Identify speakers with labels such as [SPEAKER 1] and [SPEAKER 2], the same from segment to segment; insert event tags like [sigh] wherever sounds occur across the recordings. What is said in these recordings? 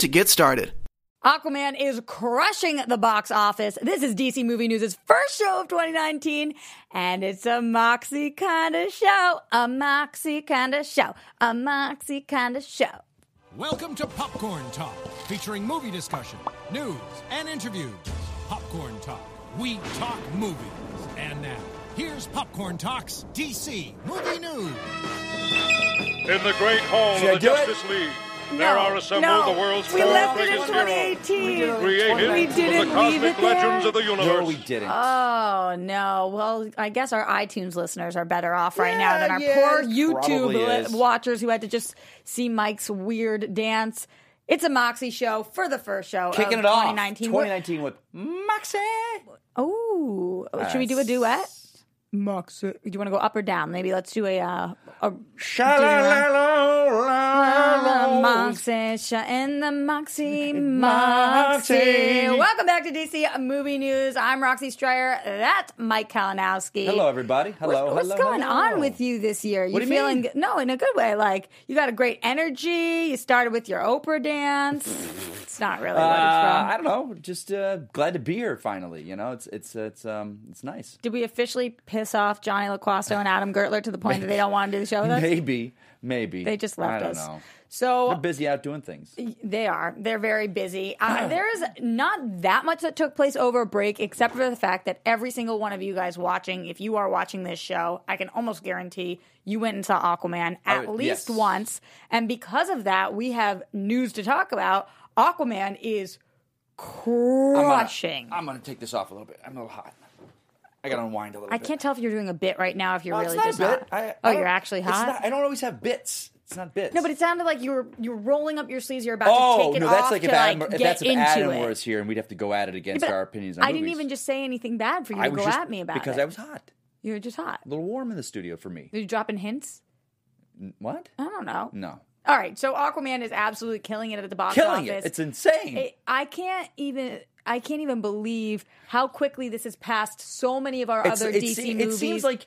[SPEAKER 1] to get started.
[SPEAKER 2] Aquaman is crushing the box office. This is DC Movie News' first show of 2019, and it's a moxie kind of show. A moxie kind of show. A moxie kind of show.
[SPEAKER 3] Welcome to Popcorn Talk, featuring movie discussion, news, and interviews. Popcorn Talk, we talk movies. And now, here's Popcorn Talk's DC Movie News.
[SPEAKER 4] In the great hall
[SPEAKER 5] Should I
[SPEAKER 4] of the
[SPEAKER 5] do it?
[SPEAKER 4] Justice League, there are assembled
[SPEAKER 2] no.
[SPEAKER 4] the world's
[SPEAKER 2] We
[SPEAKER 4] four
[SPEAKER 2] left it in
[SPEAKER 4] biggest heroes,
[SPEAKER 2] 2018.
[SPEAKER 4] created
[SPEAKER 2] We didn't
[SPEAKER 4] from the
[SPEAKER 2] leave
[SPEAKER 4] cosmic
[SPEAKER 2] it there.
[SPEAKER 4] legends of the universe.
[SPEAKER 5] No, we didn't.
[SPEAKER 2] Oh no! Well, I guess our iTunes listeners are better off right now than our
[SPEAKER 5] Yeah,
[SPEAKER 2] poor
[SPEAKER 5] yes, probably
[SPEAKER 2] YouTube
[SPEAKER 5] is.
[SPEAKER 2] li- watchers who had to just see Mike's weird dance. It's a Moxie show for the first show
[SPEAKER 5] Kicking
[SPEAKER 2] of
[SPEAKER 5] it off.
[SPEAKER 2] 2019.
[SPEAKER 5] 2019,
[SPEAKER 2] We're-
[SPEAKER 5] with Moxie.
[SPEAKER 2] Oh, should we do a duet? Moxie. Do you want to go up or down? Maybe let's do a uh, a
[SPEAKER 5] Sha-la-la-la-la-la.
[SPEAKER 2] Moxie Sha and the Moxie Moxie.
[SPEAKER 5] Moxie.
[SPEAKER 2] Welcome back to DC Movie News. I'm Roxy Stryer. That's Mike Kalinowski.
[SPEAKER 5] Hello, everybody. Hello.
[SPEAKER 2] What's
[SPEAKER 5] hello,
[SPEAKER 2] going
[SPEAKER 5] hello.
[SPEAKER 2] on with you this year? You
[SPEAKER 5] What do you
[SPEAKER 2] feeling
[SPEAKER 5] mean?
[SPEAKER 2] g- no in a good way? Like you got a great energy. You started with your Oprah dance. it's not really
[SPEAKER 5] Uh,
[SPEAKER 2] what it's
[SPEAKER 5] I
[SPEAKER 2] from.
[SPEAKER 5] don't know. Just uh, glad to be here finally. You know, it's it's it's um it's nice.
[SPEAKER 2] Did we officially piss off Johnny LaQuasto and Adam Gertler to the point that they don't want to do the show with us?
[SPEAKER 5] Maybe, maybe
[SPEAKER 2] They just left
[SPEAKER 5] I don't
[SPEAKER 2] us.
[SPEAKER 5] know.
[SPEAKER 2] So
[SPEAKER 5] We're busy out doing things.
[SPEAKER 2] They are. They're very busy.
[SPEAKER 5] [sighs]
[SPEAKER 2] Uh, there is not that much that took place over a break, except for the fact that every single one of you guys watching, if you are watching this show, I can almost guarantee you went and saw Aquaman at
[SPEAKER 5] Oh,
[SPEAKER 2] least
[SPEAKER 5] yes.
[SPEAKER 2] once. And because of that, we have news to talk about. Aquaman is crushing.
[SPEAKER 5] I'm gonna take this off a little bit. I'm a little hot. I gotta unwind a little
[SPEAKER 2] I
[SPEAKER 5] bit.
[SPEAKER 2] can't tell if you're doing a bit right now, if you're
[SPEAKER 5] Oh,
[SPEAKER 2] really
[SPEAKER 5] it's
[SPEAKER 2] just
[SPEAKER 5] not a bit.
[SPEAKER 2] hot.
[SPEAKER 5] I,
[SPEAKER 2] oh,
[SPEAKER 5] I
[SPEAKER 2] you're
[SPEAKER 5] don't-
[SPEAKER 2] actually
[SPEAKER 5] it's
[SPEAKER 2] hot.
[SPEAKER 5] not- I don't always have bits. It's not bits.
[SPEAKER 2] no, but it sounded like you were you're rolling up your sleeves. You're about
[SPEAKER 5] Oh
[SPEAKER 2] to take it
[SPEAKER 5] no,
[SPEAKER 2] off
[SPEAKER 5] that's like
[SPEAKER 2] to
[SPEAKER 5] if Adam,
[SPEAKER 2] like
[SPEAKER 5] if
[SPEAKER 2] get
[SPEAKER 5] that's if
[SPEAKER 2] into
[SPEAKER 5] Adam
[SPEAKER 2] it.
[SPEAKER 5] was here and we'd have to go at it against
[SPEAKER 2] But
[SPEAKER 5] our opinions. On
[SPEAKER 2] I didn't
[SPEAKER 5] movies.
[SPEAKER 2] even just say anything bad for you
[SPEAKER 5] I
[SPEAKER 2] to
[SPEAKER 5] was
[SPEAKER 2] go
[SPEAKER 5] just-
[SPEAKER 2] at me about
[SPEAKER 5] because
[SPEAKER 2] it.
[SPEAKER 5] I was hot,
[SPEAKER 2] you were just hot.
[SPEAKER 5] a little warm in the studio for me.
[SPEAKER 2] Are you dropping hints?
[SPEAKER 5] What?
[SPEAKER 2] I don't know.
[SPEAKER 5] No,
[SPEAKER 2] All right, so Aquaman is absolutely killing it at the box
[SPEAKER 5] killing
[SPEAKER 2] office.
[SPEAKER 5] it. It's insane.
[SPEAKER 2] It- I can't even. I can't even believe how quickly this has passed so many of our
[SPEAKER 5] It's-
[SPEAKER 2] other
[SPEAKER 5] it's-
[SPEAKER 2] DC
[SPEAKER 5] it
[SPEAKER 2] movies.
[SPEAKER 5] seems like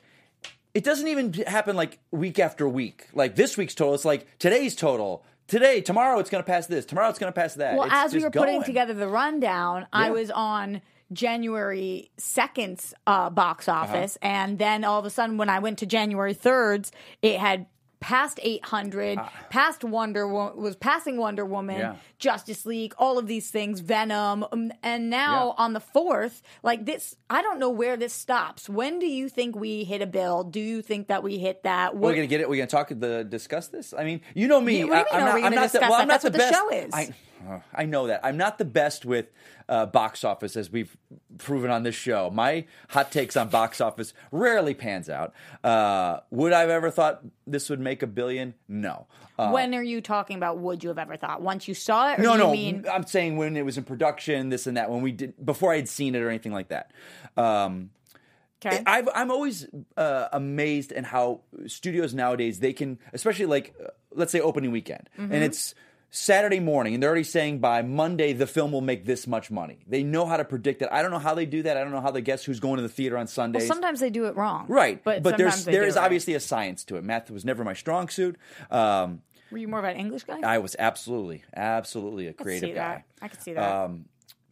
[SPEAKER 5] it doesn't even happen like week after week. Like this week's total, it's like today's total. Today, tomorrow, it's going to pass this. Tomorrow, it's going to pass that.
[SPEAKER 2] Well,
[SPEAKER 5] It's
[SPEAKER 2] as we
[SPEAKER 5] just
[SPEAKER 2] were putting
[SPEAKER 5] going.
[SPEAKER 2] together the rundown, I
[SPEAKER 5] Yeah.
[SPEAKER 2] was on January 2nd's uh, box
[SPEAKER 5] Uh-huh.
[SPEAKER 2] office. And then all of a sudden, when I went to January 3rd's, it had past 800, past Wonder Woman, was passing Wonder Woman,
[SPEAKER 5] Ah. Yeah.
[SPEAKER 2] Justice League, all of these things, Venom. um, And now
[SPEAKER 5] Yeah.
[SPEAKER 2] on the 4th, like this, I don't know where this stops. When do you think we hit a bill? Do you think that we hit that?
[SPEAKER 5] We're
[SPEAKER 2] What-
[SPEAKER 5] gonna get it. We're gonna talk the discuss this. I mean, you know me.
[SPEAKER 2] Yeah, what do you
[SPEAKER 5] I-
[SPEAKER 2] mean, are we
[SPEAKER 5] I'm
[SPEAKER 2] gonna
[SPEAKER 5] not.
[SPEAKER 2] discuss
[SPEAKER 5] the, well,
[SPEAKER 2] that?
[SPEAKER 5] I'm
[SPEAKER 2] That's
[SPEAKER 5] not the
[SPEAKER 2] what the
[SPEAKER 5] best.
[SPEAKER 2] show is.
[SPEAKER 5] I, uh, I know that. I'm not the best with uh, box office, as we've proven on this show. My hot takes on box office rarely pans out. Uh, would I've ever thought this would make a billion? No. Uh,
[SPEAKER 2] when are you talking about would you have ever thought? Once you saw it? Or
[SPEAKER 5] no,
[SPEAKER 2] you
[SPEAKER 5] no.
[SPEAKER 2] Mean,
[SPEAKER 5] I'm saying when it was in production, this and that. When we did before I had seen it or anything like that. Um,
[SPEAKER 2] okay.
[SPEAKER 5] I've, I'm always uh, amazed in how studios nowadays they can, especially like uh, let's say opening weekend,
[SPEAKER 2] Mm-hmm.
[SPEAKER 5] and it's Saturday morning, and they're already saying by Monday the film will make this much money. They know how to predict it. I don't know how they do that. I don't know how they guess who's going to the theater on Sundays.
[SPEAKER 2] Sometimes they do it wrong.
[SPEAKER 5] right,
[SPEAKER 2] But,
[SPEAKER 5] there's
[SPEAKER 2] sometimes they
[SPEAKER 5] there
[SPEAKER 2] do
[SPEAKER 5] is
[SPEAKER 2] it right.
[SPEAKER 5] obviously a science to it. Math was never my strong suit. Um,
[SPEAKER 2] Were you more of an English guy?
[SPEAKER 5] I was absolutely, absolutely a
[SPEAKER 2] could
[SPEAKER 5] creative
[SPEAKER 2] see
[SPEAKER 5] guy. Um,
[SPEAKER 2] that. I could see that.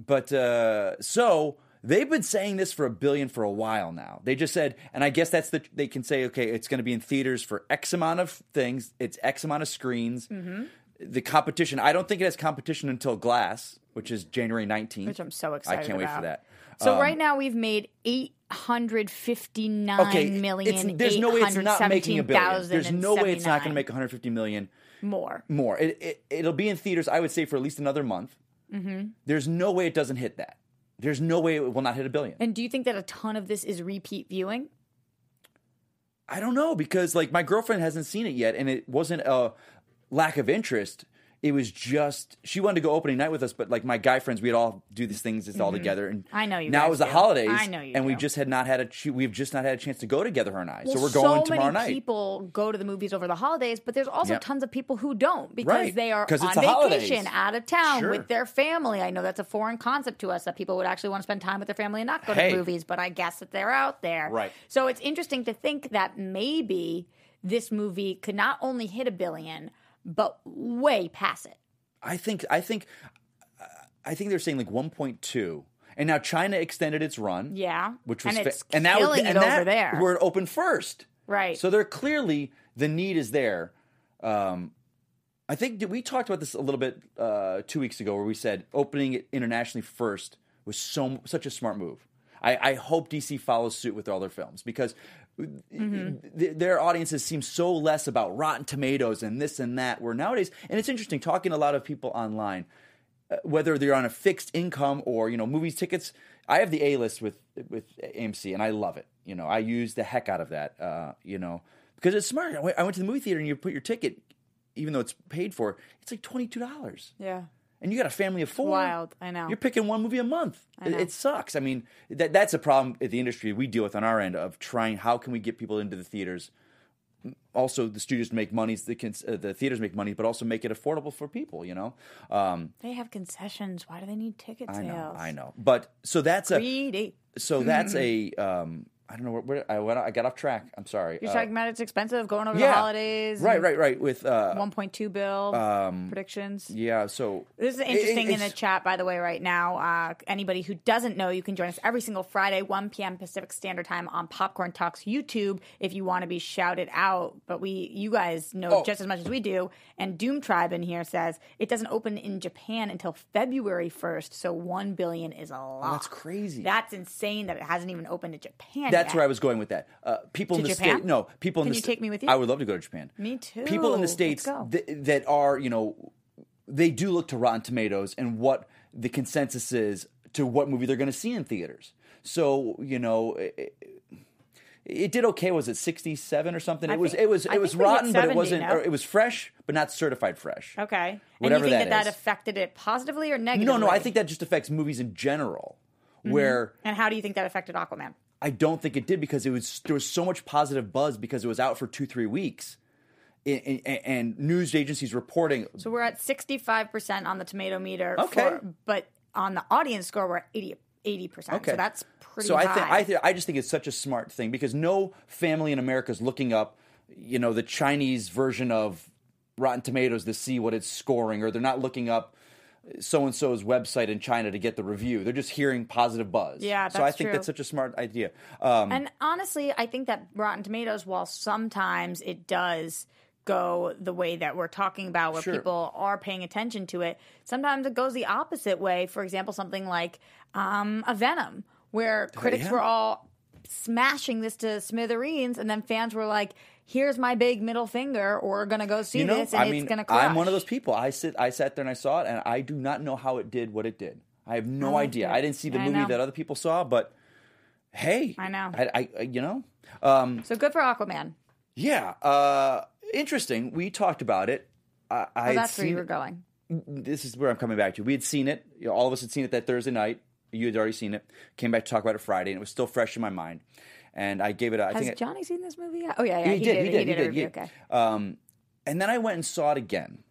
[SPEAKER 5] But uh, so they've been saying this for a billion for a while now. They just said, and I guess that's the they can say, okay, it's going to be in theaters for X amount of things. It's X amount of screens.
[SPEAKER 2] Mm-hmm.
[SPEAKER 5] The competition. I don't think it has competition until Glass, which is January nineteenth.
[SPEAKER 2] which I'm so excited.
[SPEAKER 5] I can't wait
[SPEAKER 2] about.
[SPEAKER 5] for that.
[SPEAKER 2] So
[SPEAKER 5] Um,
[SPEAKER 2] right now we've made eight hundred fifty nine million.
[SPEAKER 5] it's, there's no way it's not making a billion.
[SPEAKER 2] 817,079
[SPEAKER 5] There's no way it's not going to make 150 million
[SPEAKER 2] more.
[SPEAKER 5] more. It, it it'll be in theaters. I would say for at least another month.
[SPEAKER 2] Mm-hmm.
[SPEAKER 5] There's no way it doesn't hit that. There's no way it will not hit a billion.
[SPEAKER 2] And do you think that a ton of this is repeat viewing?
[SPEAKER 5] I don't know because like my girlfriend hasn't seen it yet, and it wasn't a lack of interest. it was just she wanted to go opening night with us, but like my guy friends, we'd all do these things just all together. And
[SPEAKER 2] Mm-hmm. I know you
[SPEAKER 5] Now
[SPEAKER 2] guys
[SPEAKER 5] it was the
[SPEAKER 2] do.
[SPEAKER 5] holidays.
[SPEAKER 2] I know you
[SPEAKER 5] And we
[SPEAKER 2] do.
[SPEAKER 5] just had not had a ch- we've just not had a chance to go together. Her and I, so
[SPEAKER 2] Well,
[SPEAKER 5] we're going tomorrow
[SPEAKER 2] many
[SPEAKER 5] night.
[SPEAKER 2] People go to the movies over the holidays, but there's also
[SPEAKER 5] Yep.
[SPEAKER 2] tons of people who don't because
[SPEAKER 5] Right,
[SPEAKER 2] they are
[SPEAKER 5] 'cause
[SPEAKER 2] on
[SPEAKER 5] it's the
[SPEAKER 2] vacation,
[SPEAKER 5] holidays.
[SPEAKER 2] out of town
[SPEAKER 5] Sure.
[SPEAKER 2] with their family. I know that's a foreign concept to us that people would actually want to spend time with their family and not go
[SPEAKER 5] Hey.
[SPEAKER 2] to movies, but I guess that they're out there.
[SPEAKER 5] Right.
[SPEAKER 2] So it's interesting to think that maybe this movie could not only hit a billion, but way past it.
[SPEAKER 5] I think I think I think they're saying like 1.2. And now China extended its run.
[SPEAKER 2] Yeah.
[SPEAKER 5] which was
[SPEAKER 2] And
[SPEAKER 5] fa-
[SPEAKER 2] it's
[SPEAKER 5] and that was-
[SPEAKER 2] killing
[SPEAKER 5] and
[SPEAKER 2] it
[SPEAKER 5] that
[SPEAKER 2] over there.
[SPEAKER 5] Where it opened first.
[SPEAKER 2] Right.
[SPEAKER 5] So they're clearly the need is there. Um, I think that we talked about this a little bit uh, two weeks ago, where we said opening it internationally first was so such a smart move. I, I hope DC follows suit with all their films because th- their audiences seem so less about Rotten Tomatoes and this and that. Where nowadays, and it's interesting talking to a lot of people online, uh, whether they're on a fixed income or you know movies tickets. I have the A list with with AMC, and I love it. You know, I use the heck out of that. Uh, you know, because it's smart. I went, I went to the movie theater, and you put your ticket, even though it's paid for, it's like twenty two dollars
[SPEAKER 2] Yeah.
[SPEAKER 5] and you got a family of four.
[SPEAKER 2] Wild, I know.
[SPEAKER 5] You're picking one movie a month. It, it sucks. I mean, that that's a problem at the industry we deal with on our end of trying how can we get people into the theaters. Also, the studios make money, the cons- uh, the theaters make money, but also make it affordable for people. You know, um,
[SPEAKER 2] They have concessions. Why do they need ticket sales?
[SPEAKER 5] I know, I know. But so that's a
[SPEAKER 2] Greedy.
[SPEAKER 5] so that's a um, I don't know where, where I went. I got off track. I'm sorry.
[SPEAKER 2] You're
[SPEAKER 5] Uh,
[SPEAKER 2] talking about it's expensive going over the
[SPEAKER 5] yeah,
[SPEAKER 2] holidays.
[SPEAKER 5] Right,
[SPEAKER 2] and-
[SPEAKER 5] right, right. With uh,
[SPEAKER 2] 1.2 bill predictions.
[SPEAKER 5] yeah. So
[SPEAKER 2] This is
[SPEAKER 5] Um, It- it-
[SPEAKER 2] interesting in the
[SPEAKER 5] it's-
[SPEAKER 2] chat, by the way, right now. Uh, anybody who doesn't know, you can join us every single Friday, 1 p.m. Pacific Standard Time on Popcorn Talks YouTube if you want to be shouted out. But we, you guys know
[SPEAKER 5] Oh.
[SPEAKER 2] just as much as we do. And Doom Tribe in here says it doesn't open in Japan until February 1st, so 1 billion is a lot.
[SPEAKER 5] Oh, that's crazy.
[SPEAKER 2] That's insane that it hasn't even opened in Japan.
[SPEAKER 5] That's
[SPEAKER 2] yet.
[SPEAKER 5] where I was going with that. Uh, people
[SPEAKER 2] To
[SPEAKER 5] in the
[SPEAKER 2] Japan?
[SPEAKER 5] state, no, people in
[SPEAKER 2] Can
[SPEAKER 5] the
[SPEAKER 2] you
[SPEAKER 5] sta-
[SPEAKER 2] take me with you?
[SPEAKER 5] I would love to go to Japan.
[SPEAKER 2] Me too.
[SPEAKER 5] People in the
[SPEAKER 2] Let's
[SPEAKER 5] states
[SPEAKER 2] go.
[SPEAKER 5] th- that are, you know, they do look to Rotten Tomatoes and what the consensus is to what movie they're going to see in theaters. So you know, it, it did okay. Was it sixty seven or something?
[SPEAKER 2] I
[SPEAKER 5] it was.
[SPEAKER 2] think-
[SPEAKER 5] It was.
[SPEAKER 2] I
[SPEAKER 5] It was
[SPEAKER 2] think we hit
[SPEAKER 5] rotten, but
[SPEAKER 2] 70,
[SPEAKER 5] it wasn't.
[SPEAKER 2] no?
[SPEAKER 5] Or it was fresh, but not certified fresh.
[SPEAKER 2] Okay.
[SPEAKER 5] Whatever
[SPEAKER 2] and you think that
[SPEAKER 5] that
[SPEAKER 2] that
[SPEAKER 5] is.
[SPEAKER 2] affected it positively or negatively?
[SPEAKER 5] No, no, I think that just affects movies in general.
[SPEAKER 2] Mm-hmm.
[SPEAKER 5] Where
[SPEAKER 2] And how do you think that affected Aquaman?
[SPEAKER 5] I don't think it did because it was there was so much positive buzz because it was out for two three weeks, and, and, and news agencies reporting.
[SPEAKER 2] So we're at 65% on the tomato meter.
[SPEAKER 5] Okay.
[SPEAKER 2] For, but on the audience score, we're at 80, 80%.
[SPEAKER 5] Okay,
[SPEAKER 2] So that's pretty
[SPEAKER 5] So I think
[SPEAKER 2] high.
[SPEAKER 5] I th- I just think it's such a smart thing because no family in America is looking up, you know, the Chinese version of Rotten Tomatoes to see what it's scoring, or they're not looking up so and so's website in China to get the review. They're just hearing positive buzz.
[SPEAKER 2] Yeah,
[SPEAKER 5] so I
[SPEAKER 2] that's
[SPEAKER 5] think
[SPEAKER 2] true.
[SPEAKER 5] that's such a smart idea. Um,
[SPEAKER 2] and honestly, I think that Rotten Tomatoes, while sometimes it does go the way that we're talking about, where
[SPEAKER 5] Sure.
[SPEAKER 2] people are paying attention to it, sometimes it goes the opposite way. For example, something like um, a Venom, where critics
[SPEAKER 5] Oh, yeah.
[SPEAKER 2] were all smashing this to smithereens, and then fans were like, "Here's my big middle finger," or "Going to go see this," and
[SPEAKER 5] I mean,
[SPEAKER 2] it's going to crush.
[SPEAKER 5] I'm one of those people. I sit, I sat there and I saw it, and I do not know how it did what it did. I have no idea.
[SPEAKER 2] it.
[SPEAKER 5] I didn't see the
[SPEAKER 2] I
[SPEAKER 5] movie
[SPEAKER 2] know.
[SPEAKER 5] that other people saw, but hey,
[SPEAKER 2] I know.
[SPEAKER 5] I, I you know, um,
[SPEAKER 2] So good for Aquaman. Oh,
[SPEAKER 5] yeah, uh, interesting. We talked about it. I, I
[SPEAKER 2] Well,
[SPEAKER 5] had
[SPEAKER 2] that's where you
[SPEAKER 5] seen
[SPEAKER 2] were
[SPEAKER 5] it-
[SPEAKER 2] going.
[SPEAKER 5] This is where I'm coming back to. We had seen it. You know, all of us had seen it that Thursday night. You had already seen it. Came back to talk about it Friday, and it was still fresh in my mind. And I gave it. A, I
[SPEAKER 2] Has
[SPEAKER 5] think I-
[SPEAKER 2] Johnny seen this movie yet? Oh yeah, yeah,
[SPEAKER 5] he, did,
[SPEAKER 2] He did. a review. Okay.
[SPEAKER 5] Um, and then I went and saw it again.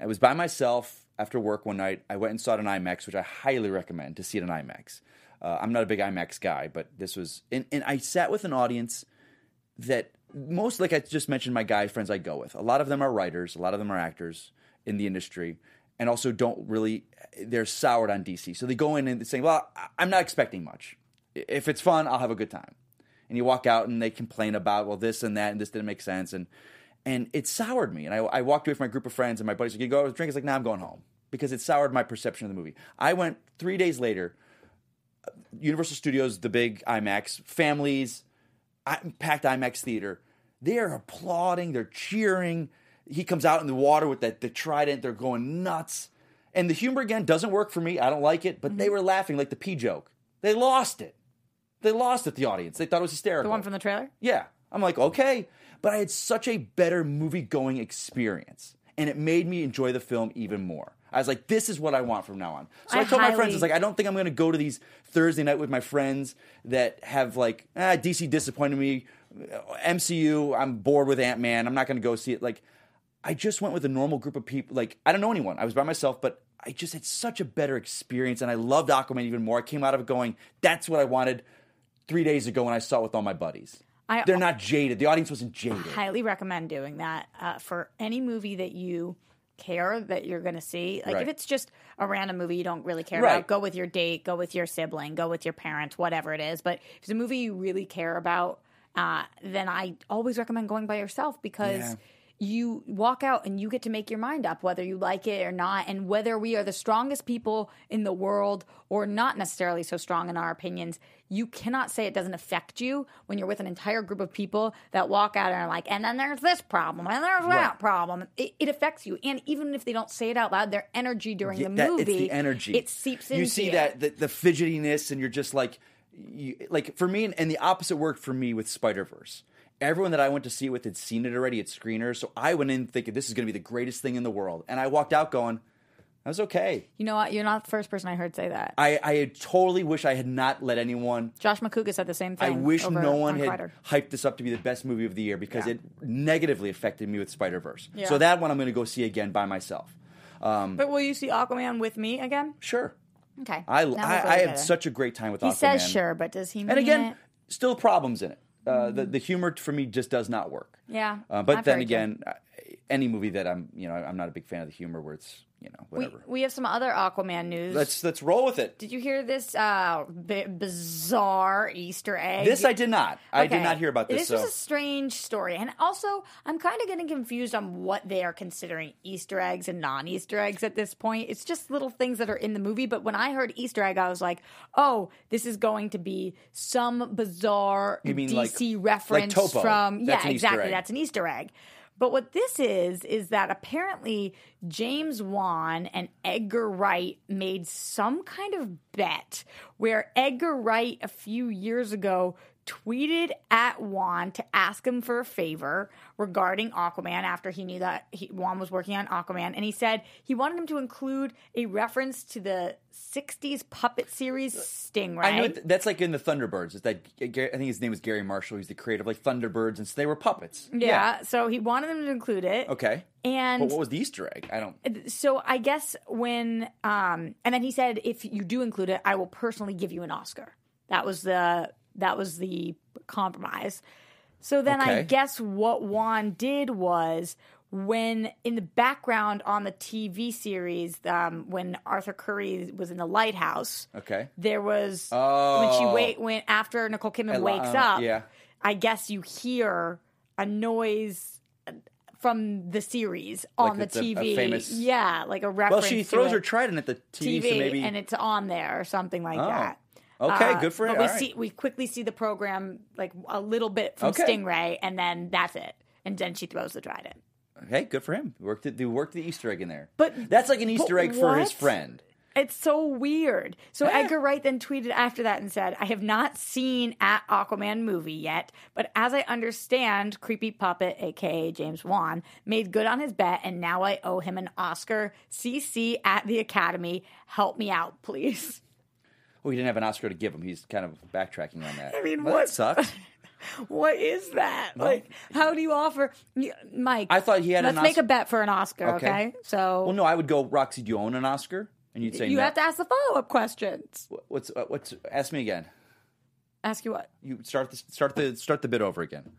[SPEAKER 5] I was by myself after work one night. I went and saw it in IMAX, which I highly recommend to see it in IMAX. Uh, I'm not a big IMAX guy, but this was, and, and I sat with an audience that most, like I just mentioned, my guy friends I go with. A lot of them are writers, a lot of them are actors in the industry, and also don't really, they're soured on DC. So they go in and saying, well, I- I'm not expecting much. I- If it's fun, I'll have a good time. And you walk out and they complain about, well, this and that, and this didn't make sense. And and it soured me. And I, I walked away from my group of friends, and my buddies like, you go out with a drink? It's like, nah, I'm going home because it soured my perception of the movie. I went three days later, Universal Studios, the big IMAX, families, I, packed IMAX theater. They're applauding, they're cheering. He comes out in the water with that the trident. They're going nuts, and the humor again doesn't work for me. I don't like it, but
[SPEAKER 2] Mm-hmm.
[SPEAKER 5] they were laughing like the pee joke. They lost it. They lost it. The audience. They thought it was hysterical.
[SPEAKER 2] The one from the trailer.
[SPEAKER 5] Yeah. I'm like, okay. But I had such a better movie going experience. and it made me enjoy the film even more. I was like, this is what I want from now on. So I,
[SPEAKER 2] I
[SPEAKER 5] told my friends, I
[SPEAKER 2] highly-
[SPEAKER 5] was like, I don't think I'm going to go to these Thursday night with my friends that have like, ah, DC disappointed me, MCU, I'm bored with Ant Man, I'm not going to go see it. Like, I just went with a normal group of people. Like, I don't know anyone. I was by myself, but I just had such a better experience, and I loved Aquaman even more. I came out of it going, that's what I wanted three days ago when I saw it with all my buddies.
[SPEAKER 2] I-
[SPEAKER 5] They're not jaded. The audience wasn't jaded.
[SPEAKER 2] highly recommend doing that uh, for any movie that you care that you're going to see. Like
[SPEAKER 5] Right.
[SPEAKER 2] if it's just a random movie you don't really care
[SPEAKER 5] Right.
[SPEAKER 2] about, go with your date, go with your sibling, go with your parents, whatever it is. But if it's a movie you really care about, uh, then I always recommend going by yourself because.
[SPEAKER 5] Yeah.
[SPEAKER 2] You walk out and you get to make your mind up whether you like it or not, and whether we are the strongest people in the world or not necessarily so strong in our opinions. You cannot say it doesn't affect you when you're with an entire group of people that walk out and are like, and then there's this problem, and there's that problem. It, it affects you. And even if they don't say it out loud, their energy during
[SPEAKER 5] Yeah,
[SPEAKER 2] the
[SPEAKER 5] that-
[SPEAKER 2] movie,
[SPEAKER 5] It's the energy.
[SPEAKER 2] It seeps into
[SPEAKER 5] You see that the, the fidgetiness, and you're just like, you, like for me, and, and the opposite worked for me with Spider Verse. Everyone that I went to see it with had seen it already at screeners, so I went in thinking this is going to be the greatest thing in the world, and I walked out going, "I was okay."
[SPEAKER 2] You know what? You're not the first person I heard say that.
[SPEAKER 5] I, I had totally wish I had not let anyone.
[SPEAKER 2] Josh McCouga said the same
[SPEAKER 5] I
[SPEAKER 2] thing.
[SPEAKER 5] wish
[SPEAKER 2] over
[SPEAKER 5] no one
[SPEAKER 2] on
[SPEAKER 5] had
[SPEAKER 2] Crider.
[SPEAKER 5] hyped this up to be the best movie of the year because
[SPEAKER 2] Yeah.
[SPEAKER 5] it negatively affected me with Spider Verse.
[SPEAKER 2] Yeah.
[SPEAKER 5] So that one I'm going to go see again by myself. Hmm.
[SPEAKER 2] But will you see Aquaman with me again?
[SPEAKER 5] Sure,
[SPEAKER 2] Okay.
[SPEAKER 5] I
[SPEAKER 2] Now we'll
[SPEAKER 5] I,
[SPEAKER 2] go
[SPEAKER 5] I
[SPEAKER 2] together.
[SPEAKER 5] had such a great time with
[SPEAKER 2] He
[SPEAKER 5] Aquaman.
[SPEAKER 2] says sure, but does he mean
[SPEAKER 5] and again,
[SPEAKER 2] it?
[SPEAKER 5] still problems in it. Uh, The the humor for me just does not work.
[SPEAKER 2] Yeah,
[SPEAKER 5] uh, but
[SPEAKER 2] I've
[SPEAKER 5] then
[SPEAKER 2] heard you.
[SPEAKER 5] again, I, any movie that I'm you know I'm not a big fan of the humor where it's you know
[SPEAKER 2] We,
[SPEAKER 5] whatever.
[SPEAKER 2] we have some other Aquaman news.
[SPEAKER 5] let's let's roll with it.
[SPEAKER 2] Did you hear this uh, b- bizarre Easter egg?
[SPEAKER 5] This I did not. I did
[SPEAKER 2] Okay.
[SPEAKER 5] not hear about this.
[SPEAKER 2] This
[SPEAKER 5] so.
[SPEAKER 2] was a strange story, and also I'm kind of getting confused on what they are considering Easter eggs and non-Easter eggs at this point. It's just little things that are in the movie. But when I heard Easter egg, I was like, "Oh, this is going to be some bizarre
[SPEAKER 5] You mean like-
[SPEAKER 2] DC
[SPEAKER 5] like
[SPEAKER 2] reference
[SPEAKER 5] Topo.
[SPEAKER 2] from
[SPEAKER 5] That's
[SPEAKER 2] yeah,
[SPEAKER 5] an Easter
[SPEAKER 2] exactly.
[SPEAKER 5] egg.
[SPEAKER 2] That's an Easter egg." But what this is is that apparently James Wan and Edgar Wright made some kind of bet where Edgar Wright a few years ago tweeted at Wan to ask him for a favor regarding Aquaman after he knew that he, Wan was working on Aquaman and he said he wanted him to include a reference to the 60s puppet series Stingray.
[SPEAKER 5] Uh, I know th- that's like in the Thunderbirds. It's that uh, I think his name is Gary Marshall. He's the creator of like Thunderbirds, and so they were puppets.
[SPEAKER 2] yeah, so he wanted him to include it.
[SPEAKER 5] Okay.
[SPEAKER 2] And
[SPEAKER 5] But what was the Easter egg? I don't.
[SPEAKER 2] so I guess when um and then he said if you do include it, I will personally give you an Oscar. That was the that was the compromise. So then I
[SPEAKER 5] Okay.
[SPEAKER 2] guess what Juan did was when in the background on the TV series, um, when Arthur Curry was in the lighthouse,
[SPEAKER 5] Okay.
[SPEAKER 2] there was when she
[SPEAKER 5] Oh.
[SPEAKER 2] wait went after Nicole Kidman
[SPEAKER 5] Ella-
[SPEAKER 2] wakes
[SPEAKER 5] um,
[SPEAKER 2] up.
[SPEAKER 5] yeah.
[SPEAKER 2] I guess you hear a noise from the series
[SPEAKER 5] Like
[SPEAKER 2] on
[SPEAKER 5] it's
[SPEAKER 2] the
[SPEAKER 5] a- a
[SPEAKER 2] TV.
[SPEAKER 5] famous-
[SPEAKER 2] yeah, like a reference.
[SPEAKER 5] Well, she
[SPEAKER 2] to
[SPEAKER 5] throws
[SPEAKER 2] it.
[SPEAKER 5] her trident at the TV,
[SPEAKER 2] TV,
[SPEAKER 5] so maybe
[SPEAKER 2] and it's on there or something like
[SPEAKER 5] Oh.
[SPEAKER 2] that.
[SPEAKER 5] okay.
[SPEAKER 2] Uh,
[SPEAKER 5] good for
[SPEAKER 2] But
[SPEAKER 5] him.
[SPEAKER 2] we
[SPEAKER 5] All right.
[SPEAKER 2] see we quickly see the program like a little bit from
[SPEAKER 5] Okay.
[SPEAKER 2] Stingray, and then that's it. And then she throws the trident.
[SPEAKER 5] Hey, good for him. Worked the, they worked the Easter egg in there.
[SPEAKER 2] But-
[SPEAKER 5] that's like an Easter
[SPEAKER 2] but
[SPEAKER 5] egg for his
[SPEAKER 2] what?
[SPEAKER 5] friend.
[SPEAKER 2] It's so weird. So
[SPEAKER 5] Yeah.
[SPEAKER 2] Edgar Wright then tweeted after that and said, I have not seen at Aquaman movie yet, but as I understand, Creepy Puppet, aka James Wan, made good on his bet and now I owe him an Oscar. CC at the Academy, help me out, please. [laughs]
[SPEAKER 5] Oh, he didn't have an Oscar to give him. He's kind of backtracking on that. I
[SPEAKER 2] mean,
[SPEAKER 5] well,
[SPEAKER 2] what-
[SPEAKER 5] that sucks.
[SPEAKER 2] What is that? like, how do you offer Y- Mike?
[SPEAKER 5] I thought he had
[SPEAKER 2] Let's
[SPEAKER 5] an
[SPEAKER 2] make
[SPEAKER 5] Oscar-
[SPEAKER 2] a bet for an Oscar, okay?
[SPEAKER 5] Okay.
[SPEAKER 2] So
[SPEAKER 5] Well, no, I would go Roxy. Do you own an Oscar? And you'd say
[SPEAKER 2] you
[SPEAKER 5] no.
[SPEAKER 2] have to ask the follow up questions.
[SPEAKER 5] What's uh, what's? Ask me again.
[SPEAKER 2] Ask you what?
[SPEAKER 5] You start the start the start the bid over again.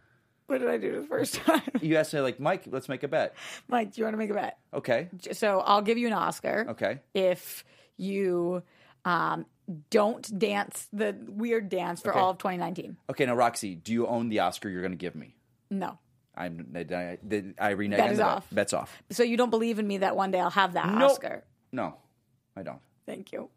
[SPEAKER 2] What did I do the first [laughs] time?
[SPEAKER 5] You ask me like Mike. Let's make a bet.
[SPEAKER 2] Mike, do you want to make a bet?
[SPEAKER 5] Okay.
[SPEAKER 2] so I'll give you an Oscar.
[SPEAKER 5] Okay.
[SPEAKER 2] If you um, don't dance the weird dance for
[SPEAKER 5] Okay.
[SPEAKER 2] all of 2019.
[SPEAKER 5] Okay. Now, Roxy, do you own the Oscar you're going to give me?
[SPEAKER 2] No.
[SPEAKER 5] I'm. I, I, I renege
[SPEAKER 2] Bet
[SPEAKER 5] on
[SPEAKER 2] is
[SPEAKER 5] the
[SPEAKER 2] off.
[SPEAKER 5] Bet. Bet's off.
[SPEAKER 2] So you don't believe in me that one day I'll have that
[SPEAKER 5] Nope.
[SPEAKER 2] Oscar.
[SPEAKER 5] No, I don't.
[SPEAKER 2] Thank you.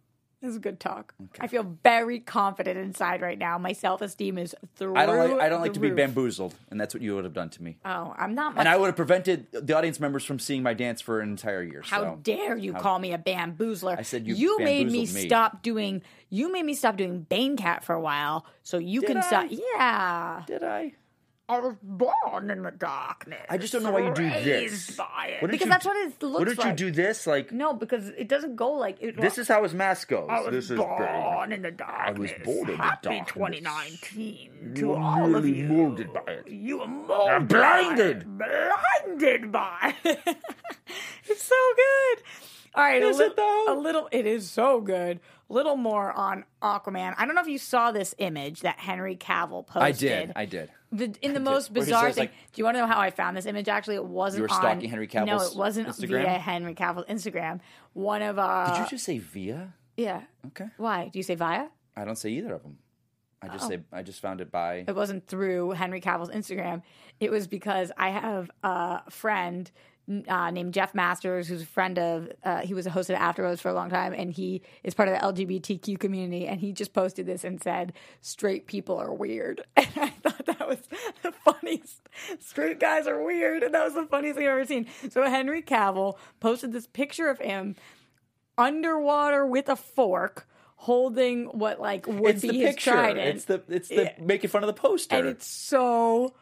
[SPEAKER 2] This is good talk. I feel very confident inside right now. My self esteem is through.
[SPEAKER 5] I don't like. I don't like
[SPEAKER 2] the
[SPEAKER 5] to be
[SPEAKER 2] roof.
[SPEAKER 5] bamboozled, and that's what you would have done to me.
[SPEAKER 2] Oh, I'm not. Much,
[SPEAKER 5] and I would have prevented the audience members from seeing my dance for an entire year.
[SPEAKER 2] how
[SPEAKER 5] so.
[SPEAKER 2] dare you call me a bamboozler? I
[SPEAKER 5] said you
[SPEAKER 2] made me,
[SPEAKER 5] bamboozled me.
[SPEAKER 2] stop doing. You made me stop doing Bane Cat for a while, so you can
[SPEAKER 5] I?
[SPEAKER 2] stop. Yeah.
[SPEAKER 5] Did I?
[SPEAKER 2] I was born in the darkness.
[SPEAKER 5] I just don't know why you do
[SPEAKER 2] raised
[SPEAKER 5] this.
[SPEAKER 2] by it.
[SPEAKER 5] Why don't
[SPEAKER 2] Because
[SPEAKER 5] you
[SPEAKER 2] that's
[SPEAKER 5] d-
[SPEAKER 2] what it looks
[SPEAKER 5] Why don't you
[SPEAKER 2] like.
[SPEAKER 5] do this? Like
[SPEAKER 2] No, because it doesn't go like it.
[SPEAKER 5] this is how his mask goes.
[SPEAKER 2] I was
[SPEAKER 5] this is
[SPEAKER 2] born
[SPEAKER 5] big.
[SPEAKER 2] in the darkness.
[SPEAKER 5] born in the
[SPEAKER 2] Happy
[SPEAKER 5] darkness.
[SPEAKER 2] 2019 to
[SPEAKER 5] You were
[SPEAKER 2] all of
[SPEAKER 5] really
[SPEAKER 2] you.
[SPEAKER 5] molded by it.
[SPEAKER 2] You were molded.
[SPEAKER 5] I'm blinded.
[SPEAKER 2] By, blinded by. [laughs] it's so good. All right,
[SPEAKER 5] Is
[SPEAKER 2] a,
[SPEAKER 5] it though?
[SPEAKER 2] a little. It is so good. Little more on Aquaman. I don't know if you saw this image that Henry Cavill posted.
[SPEAKER 5] I did. I did.
[SPEAKER 2] The, in the most
[SPEAKER 5] [laughs] Where he
[SPEAKER 2] bizarre
[SPEAKER 5] says,
[SPEAKER 2] thing.
[SPEAKER 5] like-
[SPEAKER 2] do you want to know how I found this image? Actually, it wasn't.
[SPEAKER 5] You were
[SPEAKER 2] on-
[SPEAKER 5] stalking Henry
[SPEAKER 2] No,
[SPEAKER 5] Cavill's
[SPEAKER 2] it wasn't
[SPEAKER 5] Instagram?
[SPEAKER 2] via Henry Cavill's Instagram. One of uh,
[SPEAKER 5] Did you just say via?
[SPEAKER 2] yeah.
[SPEAKER 5] Okay.
[SPEAKER 2] Why do you say via?
[SPEAKER 5] I don't say either of them. I just say I just found it by.
[SPEAKER 2] Oh. It wasn't through Henry Cavill's Instagram. It was because I have a friend uh, named Jeff Masters, who's a friend of. Uh, he was a host of After Hours for a long time, and he is part of the LGBTQ community. And he just posted this and said, "Straight people are weird." [laughs] And I thought that was the funniest. Straight guys are weird, and that was the funniest thing I've ever seen. So Henry Cavill posted this picture of him underwater with a fork. Holding what like would
[SPEAKER 5] It's
[SPEAKER 2] be
[SPEAKER 5] the
[SPEAKER 2] his
[SPEAKER 5] picture.
[SPEAKER 2] trident.
[SPEAKER 5] It's the it's the making fun of the poster.
[SPEAKER 2] And it's so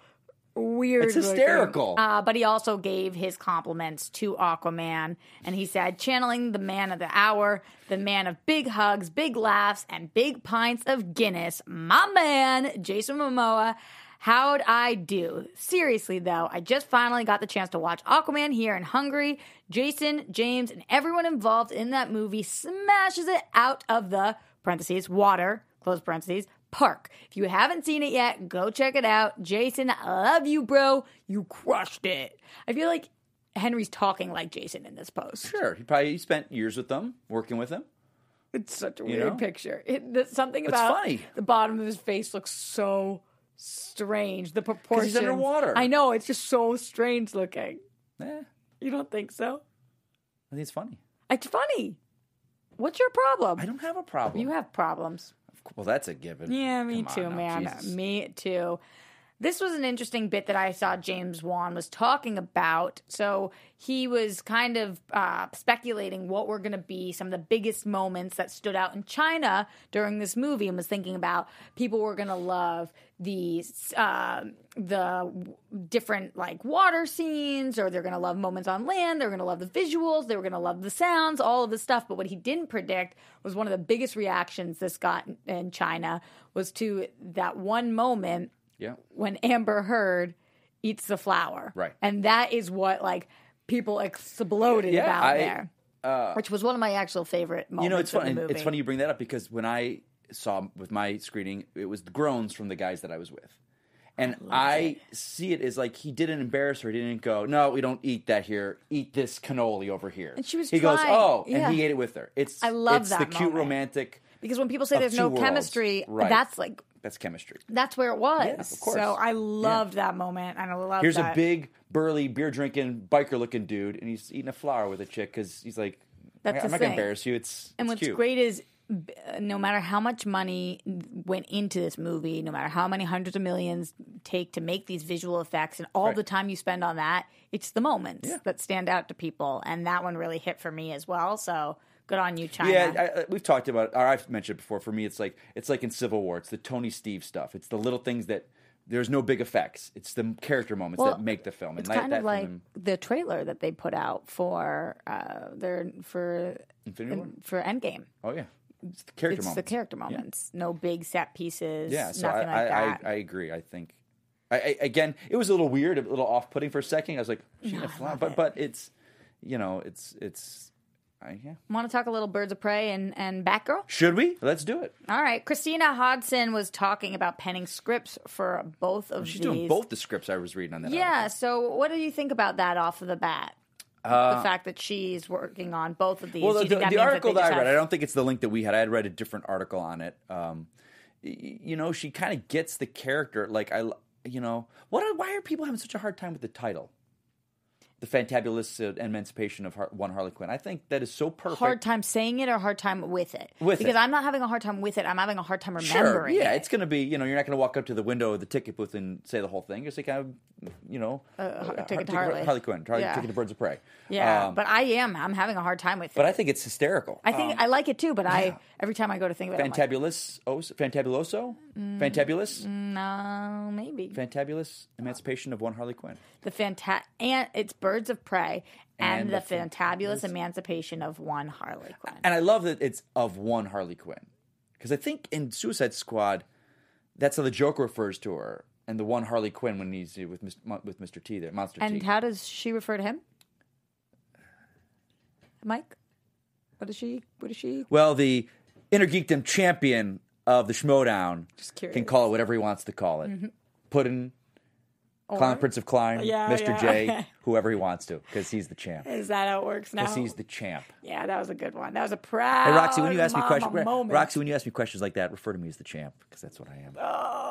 [SPEAKER 2] weird.
[SPEAKER 5] It's
[SPEAKER 2] looking.
[SPEAKER 5] hysterical.
[SPEAKER 2] Uh, but he also gave his compliments to Aquaman. And he said, channeling the man of the hour, the man of big hugs, big laughs, and big pints of Guinness, my man, Jason Momoa. How'd I do? Seriously, though, I just finally got the chance to watch Aquaman here in Hungary. Jason, James, and everyone involved in that movie smashes it out of the parentheses water close parentheses park. If you haven't seen it yet, go check it out. Jason, I love you, bro. You crushed it. I feel like Henry's talking like Jason in this post.
[SPEAKER 5] sure. He probably spent years with them, working with them.
[SPEAKER 2] [laughs] It's such a
[SPEAKER 5] You
[SPEAKER 2] weird
[SPEAKER 5] know?
[SPEAKER 2] picture. It, there's something about
[SPEAKER 5] funny.
[SPEAKER 2] the bottom of his face looks so strange. The proportions.
[SPEAKER 5] underwater.
[SPEAKER 2] I know. It's just so strange looking.
[SPEAKER 5] Eh, I think
[SPEAKER 2] You don't think so?
[SPEAKER 5] it's funny.
[SPEAKER 2] It's funny. What's your problem?
[SPEAKER 5] I don't have a problem.
[SPEAKER 2] You have problems.
[SPEAKER 5] well, that's a given.
[SPEAKER 2] Yeah, me
[SPEAKER 5] Come on
[SPEAKER 2] too,
[SPEAKER 5] now,
[SPEAKER 2] man.
[SPEAKER 5] Jesus.
[SPEAKER 2] Me too. This was an interesting bit that I saw James Wan was talking about. So he was kind of uh, speculating what were going to be some of the biggest moments that stood out in China during this movie, and was thinking about people were going to love the uh, the different like water scenes, or they're going to love moments on land. They're going to love the visuals. They were going to love the sounds, all of the stuff. But what he didn't predict was one of the biggest reactions this got in- in China was to that one moment
[SPEAKER 5] Yeah.
[SPEAKER 2] when Amber Heard eats the flower.
[SPEAKER 5] Right.
[SPEAKER 2] And that is what like people exploded
[SPEAKER 5] Yeah,
[SPEAKER 2] about
[SPEAKER 5] I- uh,
[SPEAKER 2] there. Which was one of my actual favorite moments.
[SPEAKER 5] You know, it's
[SPEAKER 2] of the
[SPEAKER 5] funny.
[SPEAKER 2] movie.
[SPEAKER 5] It's funny you bring that up because when I saw with my screening, it was the groans from the guys that I was with, and I, see it as like he didn't embarrass her. He didn't go, "No, we don't eat that here. Eat this cannoli over here." And
[SPEAKER 2] she was
[SPEAKER 5] He goes,
[SPEAKER 2] trying.
[SPEAKER 5] "Oh,"
[SPEAKER 2] Yeah.
[SPEAKER 5] and he ate it with her. It's
[SPEAKER 2] I love
[SPEAKER 5] it's
[SPEAKER 2] that
[SPEAKER 5] the cute
[SPEAKER 2] moment.
[SPEAKER 5] romantic.
[SPEAKER 2] Because when people say
[SPEAKER 5] of
[SPEAKER 2] there's
[SPEAKER 5] two
[SPEAKER 2] no
[SPEAKER 5] worlds.
[SPEAKER 2] chemistry,
[SPEAKER 5] Right.
[SPEAKER 2] that's like
[SPEAKER 5] That's chemistry.
[SPEAKER 2] that's where it was.
[SPEAKER 5] Yeah, of course.
[SPEAKER 2] So I
[SPEAKER 5] Yeah.
[SPEAKER 2] loved that moment and I love
[SPEAKER 5] Here's
[SPEAKER 2] that.
[SPEAKER 5] a big burly beer drinking biker looking dude, and he's eating a flower with a chick because he's like,
[SPEAKER 2] That's
[SPEAKER 5] "I'm
[SPEAKER 2] his
[SPEAKER 5] not
[SPEAKER 2] thing.
[SPEAKER 5] gonna embarrass you." It's
[SPEAKER 2] And
[SPEAKER 5] it's
[SPEAKER 2] what's
[SPEAKER 5] cute.
[SPEAKER 2] great is b- uh, no matter how much money went into this movie, no matter how many hundreds of millions take to make these visual effects and all
[SPEAKER 5] Right.
[SPEAKER 2] the time you spend on that, it's the moments
[SPEAKER 5] Yeah.
[SPEAKER 2] that stand out to people. And that one really hit for me as well. So good on you, China.
[SPEAKER 5] Yeah, I, I, we've talked about it, or I've mentioned it before. For me, it's like it's like in Civil War. It's the Tony Steve stuff. It's the little things that there's no big effects. It's the character moments
[SPEAKER 2] Well,
[SPEAKER 5] that make the film. And
[SPEAKER 2] it's
[SPEAKER 5] like
[SPEAKER 2] kind
[SPEAKER 5] that
[SPEAKER 2] of like
[SPEAKER 5] from
[SPEAKER 2] the trailer that they put out for uh, their for
[SPEAKER 5] Infinity War.
[SPEAKER 2] for Endgame.
[SPEAKER 5] Oh yeah, it's the character
[SPEAKER 2] it's
[SPEAKER 5] moments.
[SPEAKER 2] the character moments, no big set pieces,
[SPEAKER 5] Yeah, so I,
[SPEAKER 2] nothing like
[SPEAKER 5] I,
[SPEAKER 2] that.
[SPEAKER 5] I, I agree. I think. I, I, again, it was a little weird, a little off-putting for a second. I was like, "She didn't fly," but but it's, you know, it's it's, I, yeah.
[SPEAKER 2] Want to talk a little Birds of Prey and and Batgirl?
[SPEAKER 5] Should we? Let's do it.
[SPEAKER 2] All right, Christina Hodson was talking about penning scripts for both of
[SPEAKER 5] Oh, She's
[SPEAKER 2] these.
[SPEAKER 5] doing both the scripts I was reading on that.
[SPEAKER 2] Yeah. So, what do you think about that off of the bat? the fact that she's working on both of these.
[SPEAKER 5] Uh, Well,
[SPEAKER 2] Do
[SPEAKER 5] the,
[SPEAKER 2] you think
[SPEAKER 5] the,
[SPEAKER 2] that means
[SPEAKER 5] the
[SPEAKER 2] that
[SPEAKER 5] article
[SPEAKER 2] they
[SPEAKER 5] that,
[SPEAKER 2] just
[SPEAKER 5] I read,
[SPEAKER 2] have-
[SPEAKER 5] I don't think it's the link that we had. I had read a different article on it. Um, y- y- you know, she kind of gets the character. Like I, l- you know, what? are- Why are people having such a hard time with the title? The Fantabulous Emancipation of Har- One Harley Quinn. I think that is so perfect.
[SPEAKER 2] hard time saying it or hard time with it.
[SPEAKER 5] With
[SPEAKER 2] because
[SPEAKER 5] it.
[SPEAKER 2] I'm not having a hard time with it. I'm having a hard time
[SPEAKER 5] Sure.
[SPEAKER 2] remembering.
[SPEAKER 5] Yeah,
[SPEAKER 2] it.
[SPEAKER 5] it's going to be, you know, you're not going to walk up to the window of the ticket booth and say the whole thing. It's like, I'm, you know,
[SPEAKER 2] Uh,
[SPEAKER 5] uh,
[SPEAKER 2] Har- Ticket to
[SPEAKER 5] Har-
[SPEAKER 2] Harley.
[SPEAKER 5] Harley Quinn, Harley,
[SPEAKER 2] Yeah.
[SPEAKER 5] Ticket to Birds of Prey.
[SPEAKER 2] yeah.
[SPEAKER 5] Um,
[SPEAKER 2] but I am. I'm having a hard time with
[SPEAKER 5] but
[SPEAKER 2] it.
[SPEAKER 5] I um, think it's hysterical.
[SPEAKER 2] I think I like it too. But I every time I go to think about it, I'm like,
[SPEAKER 5] Fantabulous, Fantabuloso?
[SPEAKER 2] Mm,
[SPEAKER 5] Fantabulous?
[SPEAKER 2] No, maybe.
[SPEAKER 5] Fantabulous Emancipation of One Harley Quinn.
[SPEAKER 2] The fanta- and it's Birds of Prey and,
[SPEAKER 5] And
[SPEAKER 2] the,
[SPEAKER 5] the
[SPEAKER 2] Fantabulous Emancipation of One Harley Quinn.
[SPEAKER 5] And I love that it's of one Harley Quinn. Because I think in Suicide Squad, that's how the Joker refers to her. And the one Harley Quinn when he's with Mis- Mon- with Mr. T there, Monster
[SPEAKER 2] And
[SPEAKER 5] T.
[SPEAKER 2] how does she refer to him? Mike? What is she? What is she?
[SPEAKER 5] well, the inner geekdom champion of the Schmodown
[SPEAKER 2] Just curious. Mm-hmm.
[SPEAKER 5] can call it whatever he wants to call it. Puddin, Clown Prince of Klein,
[SPEAKER 2] Yeah,
[SPEAKER 5] Mr.
[SPEAKER 2] yeah, [laughs]
[SPEAKER 5] J,
[SPEAKER 2] okay.
[SPEAKER 5] whoever he wants to, because he's the champ.
[SPEAKER 2] Is that how it works now?
[SPEAKER 5] Because he's the champ.
[SPEAKER 2] yeah, that was a good one. That was a proud
[SPEAKER 5] Hey, Roxy, when you ask
[SPEAKER 2] Ah,
[SPEAKER 5] me
[SPEAKER 2] mama
[SPEAKER 5] questions,
[SPEAKER 2] moment.
[SPEAKER 5] Roxy, when you ask me questions like that, refer to me as the champ because that's what I am.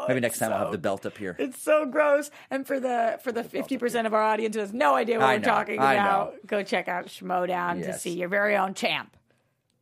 [SPEAKER 5] Maybe next time I'll have the belt up here.
[SPEAKER 2] Oh, It's so gross. And for the for the fifty percent of our audience who has no idea what
[SPEAKER 5] I
[SPEAKER 2] we're
[SPEAKER 5] know,
[SPEAKER 2] talking
[SPEAKER 5] I
[SPEAKER 2] about, go check out Schmodown to
[SPEAKER 5] Yes.
[SPEAKER 2] see your very own champ,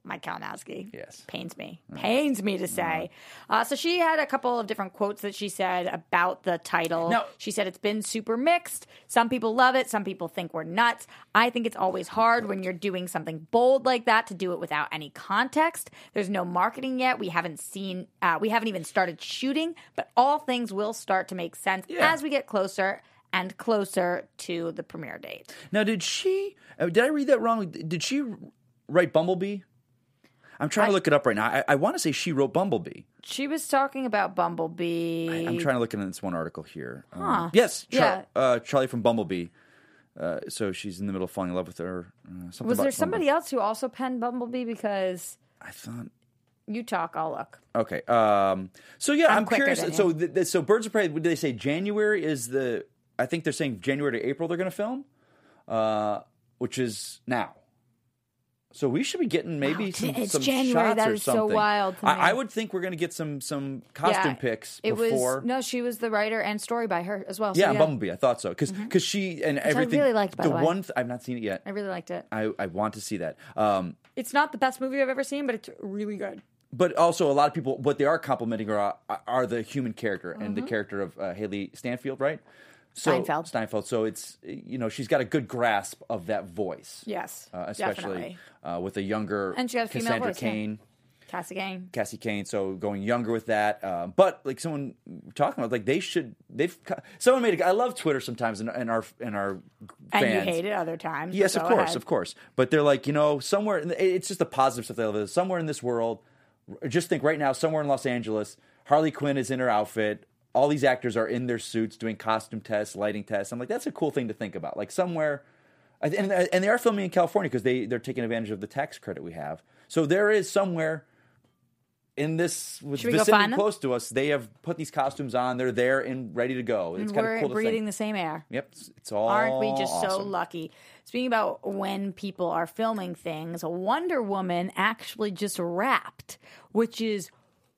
[SPEAKER 2] Mike Kalinowski.
[SPEAKER 5] Yes.
[SPEAKER 2] pains me,
[SPEAKER 5] Mm.
[SPEAKER 2] pains me to say. Uh, so she had a couple of different quotes that she said about the title.
[SPEAKER 5] No.
[SPEAKER 2] she said it's been super mixed. Some people love it. Some people think we're nuts. I think it's always hard when you're doing something bold like that to do it without any context. There's no marketing yet. We haven't seen. Uh, we haven't even started shooting. But all things will start to make sense
[SPEAKER 5] Yeah.
[SPEAKER 2] as we get closer and closer to the premiere date.
[SPEAKER 5] Now, did she? uh, Did I read that wrong? Did she write Bumblebee? I'm trying to look it up right now. I, I want to say she wrote Bumblebee.
[SPEAKER 2] She was talking about Bumblebee.
[SPEAKER 5] I, am trying to look in this one article here. Um, yes, Char- uh, Charlie from Bumblebee. Uh, so she's in the middle of falling in love with her. Uh, something
[SPEAKER 2] Was
[SPEAKER 5] about
[SPEAKER 2] there somebody
[SPEAKER 5] Bumblebee.
[SPEAKER 2] else who also penned Bumblebee? Because
[SPEAKER 5] I thought
[SPEAKER 2] you talk, I'll look.
[SPEAKER 5] Okay. Um, so yeah,
[SPEAKER 2] I'm
[SPEAKER 5] I'm,
[SPEAKER 2] quicker
[SPEAKER 5] curious.
[SPEAKER 2] than
[SPEAKER 5] So
[SPEAKER 2] you.
[SPEAKER 5] th- th- so Birds of Prey. What do they say? January is the. I think they're saying January to April they're going to film, uh, which is now. So we should be getting maybe
[SPEAKER 2] Wow,
[SPEAKER 5] some,
[SPEAKER 2] it's
[SPEAKER 5] some
[SPEAKER 2] January.
[SPEAKER 5] shots
[SPEAKER 2] That
[SPEAKER 5] or
[SPEAKER 2] is so
[SPEAKER 5] something.
[SPEAKER 2] wild to me.
[SPEAKER 5] I, I would think we're going to get some some costume picks
[SPEAKER 2] It
[SPEAKER 5] before.
[SPEAKER 2] was no, she was the writer and story by her as well. So
[SPEAKER 5] yeah,
[SPEAKER 2] yeah, Mm-hmm.
[SPEAKER 5] Bumblebee. I thought so because she and everything.
[SPEAKER 2] really liked, by the way.
[SPEAKER 5] one th- I've not seen it yet.
[SPEAKER 2] I really liked it.
[SPEAKER 5] I, I want to see that. Um,
[SPEAKER 2] It's not the best movie I've ever seen, but it's really good.
[SPEAKER 5] but also a lot of people what they are complimenting are are the human character and the character of uh, Haley Stanfield, right? So,
[SPEAKER 2] Mm-hmm. Steinfeld.
[SPEAKER 5] Steinfeld. So it's you know she's got a good grasp of that voice.
[SPEAKER 2] Yes,
[SPEAKER 5] Uh, especially
[SPEAKER 2] definitely.
[SPEAKER 5] uh, with a younger
[SPEAKER 2] And she got a female
[SPEAKER 5] Cassandra
[SPEAKER 2] voice, yeah.
[SPEAKER 5] Cain,
[SPEAKER 2] Cassie Gang.
[SPEAKER 5] Cassie Kane. So going younger with that, um, but like someone talking about, like they should. They've co- someone made. A, I love Twitter sometimes and, and our and our
[SPEAKER 2] And
[SPEAKER 5] fans.
[SPEAKER 2] you hate it other times.
[SPEAKER 5] Yes,
[SPEAKER 2] but
[SPEAKER 5] of
[SPEAKER 2] go
[SPEAKER 5] course,
[SPEAKER 2] ahead.
[SPEAKER 5] of course. But they're like, you know, somewhere, in the- it's just the positive stuff they love. Somewhere in this world, r- just think right now, somewhere in Los Angeles, Harley Quinn is in her outfit. All these actors are in their suits doing costume tests, lighting tests. I'm like, that's a cool thing to think about. Like somewhere, I th- and, uh, and they are filming in California because they, they're taking advantage of the tax credit we have. So there is somewhere in this with
[SPEAKER 2] Should we go
[SPEAKER 5] vicinity
[SPEAKER 2] find them?
[SPEAKER 5] close to us, they have put these costumes on. They're there and ready to go. It's kind of
[SPEAKER 2] We're
[SPEAKER 5] cool to
[SPEAKER 2] breathing
[SPEAKER 5] think.
[SPEAKER 2] the same air.
[SPEAKER 5] yep, it's- it's all.
[SPEAKER 2] Aren't we just so
[SPEAKER 5] Oh, awesome.
[SPEAKER 2] lucky? Speaking about when people are filming things, Wonder Woman actually just wrapped, which is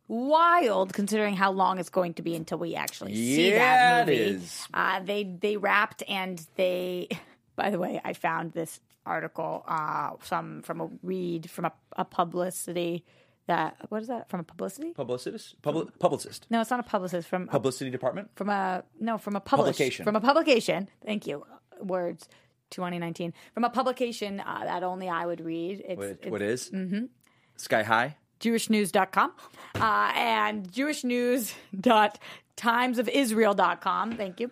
[SPEAKER 2] wild considering how long it's going to be until we actually see
[SPEAKER 5] Yeah,
[SPEAKER 2] that
[SPEAKER 5] it
[SPEAKER 2] movie.
[SPEAKER 5] is.
[SPEAKER 2] Uh, they they wrapped and they. [laughs] By the way, I found this article uh, some from a read from a, a publicity that what is that from a publicity?
[SPEAKER 5] publicist Publi- publicist
[SPEAKER 2] No, it's not a publicist from a
[SPEAKER 5] publicity department
[SPEAKER 2] from a no from a publish,
[SPEAKER 5] Publication.
[SPEAKER 2] from a publication. Thank you. Words. 2019 from a publication uh, that only I would read. It's,
[SPEAKER 5] what,
[SPEAKER 2] it's mm-hmm.
[SPEAKER 5] what is? sky high
[SPEAKER 2] jewishnews.com uh, and jewishnews.timesofisrael.com. Thank you.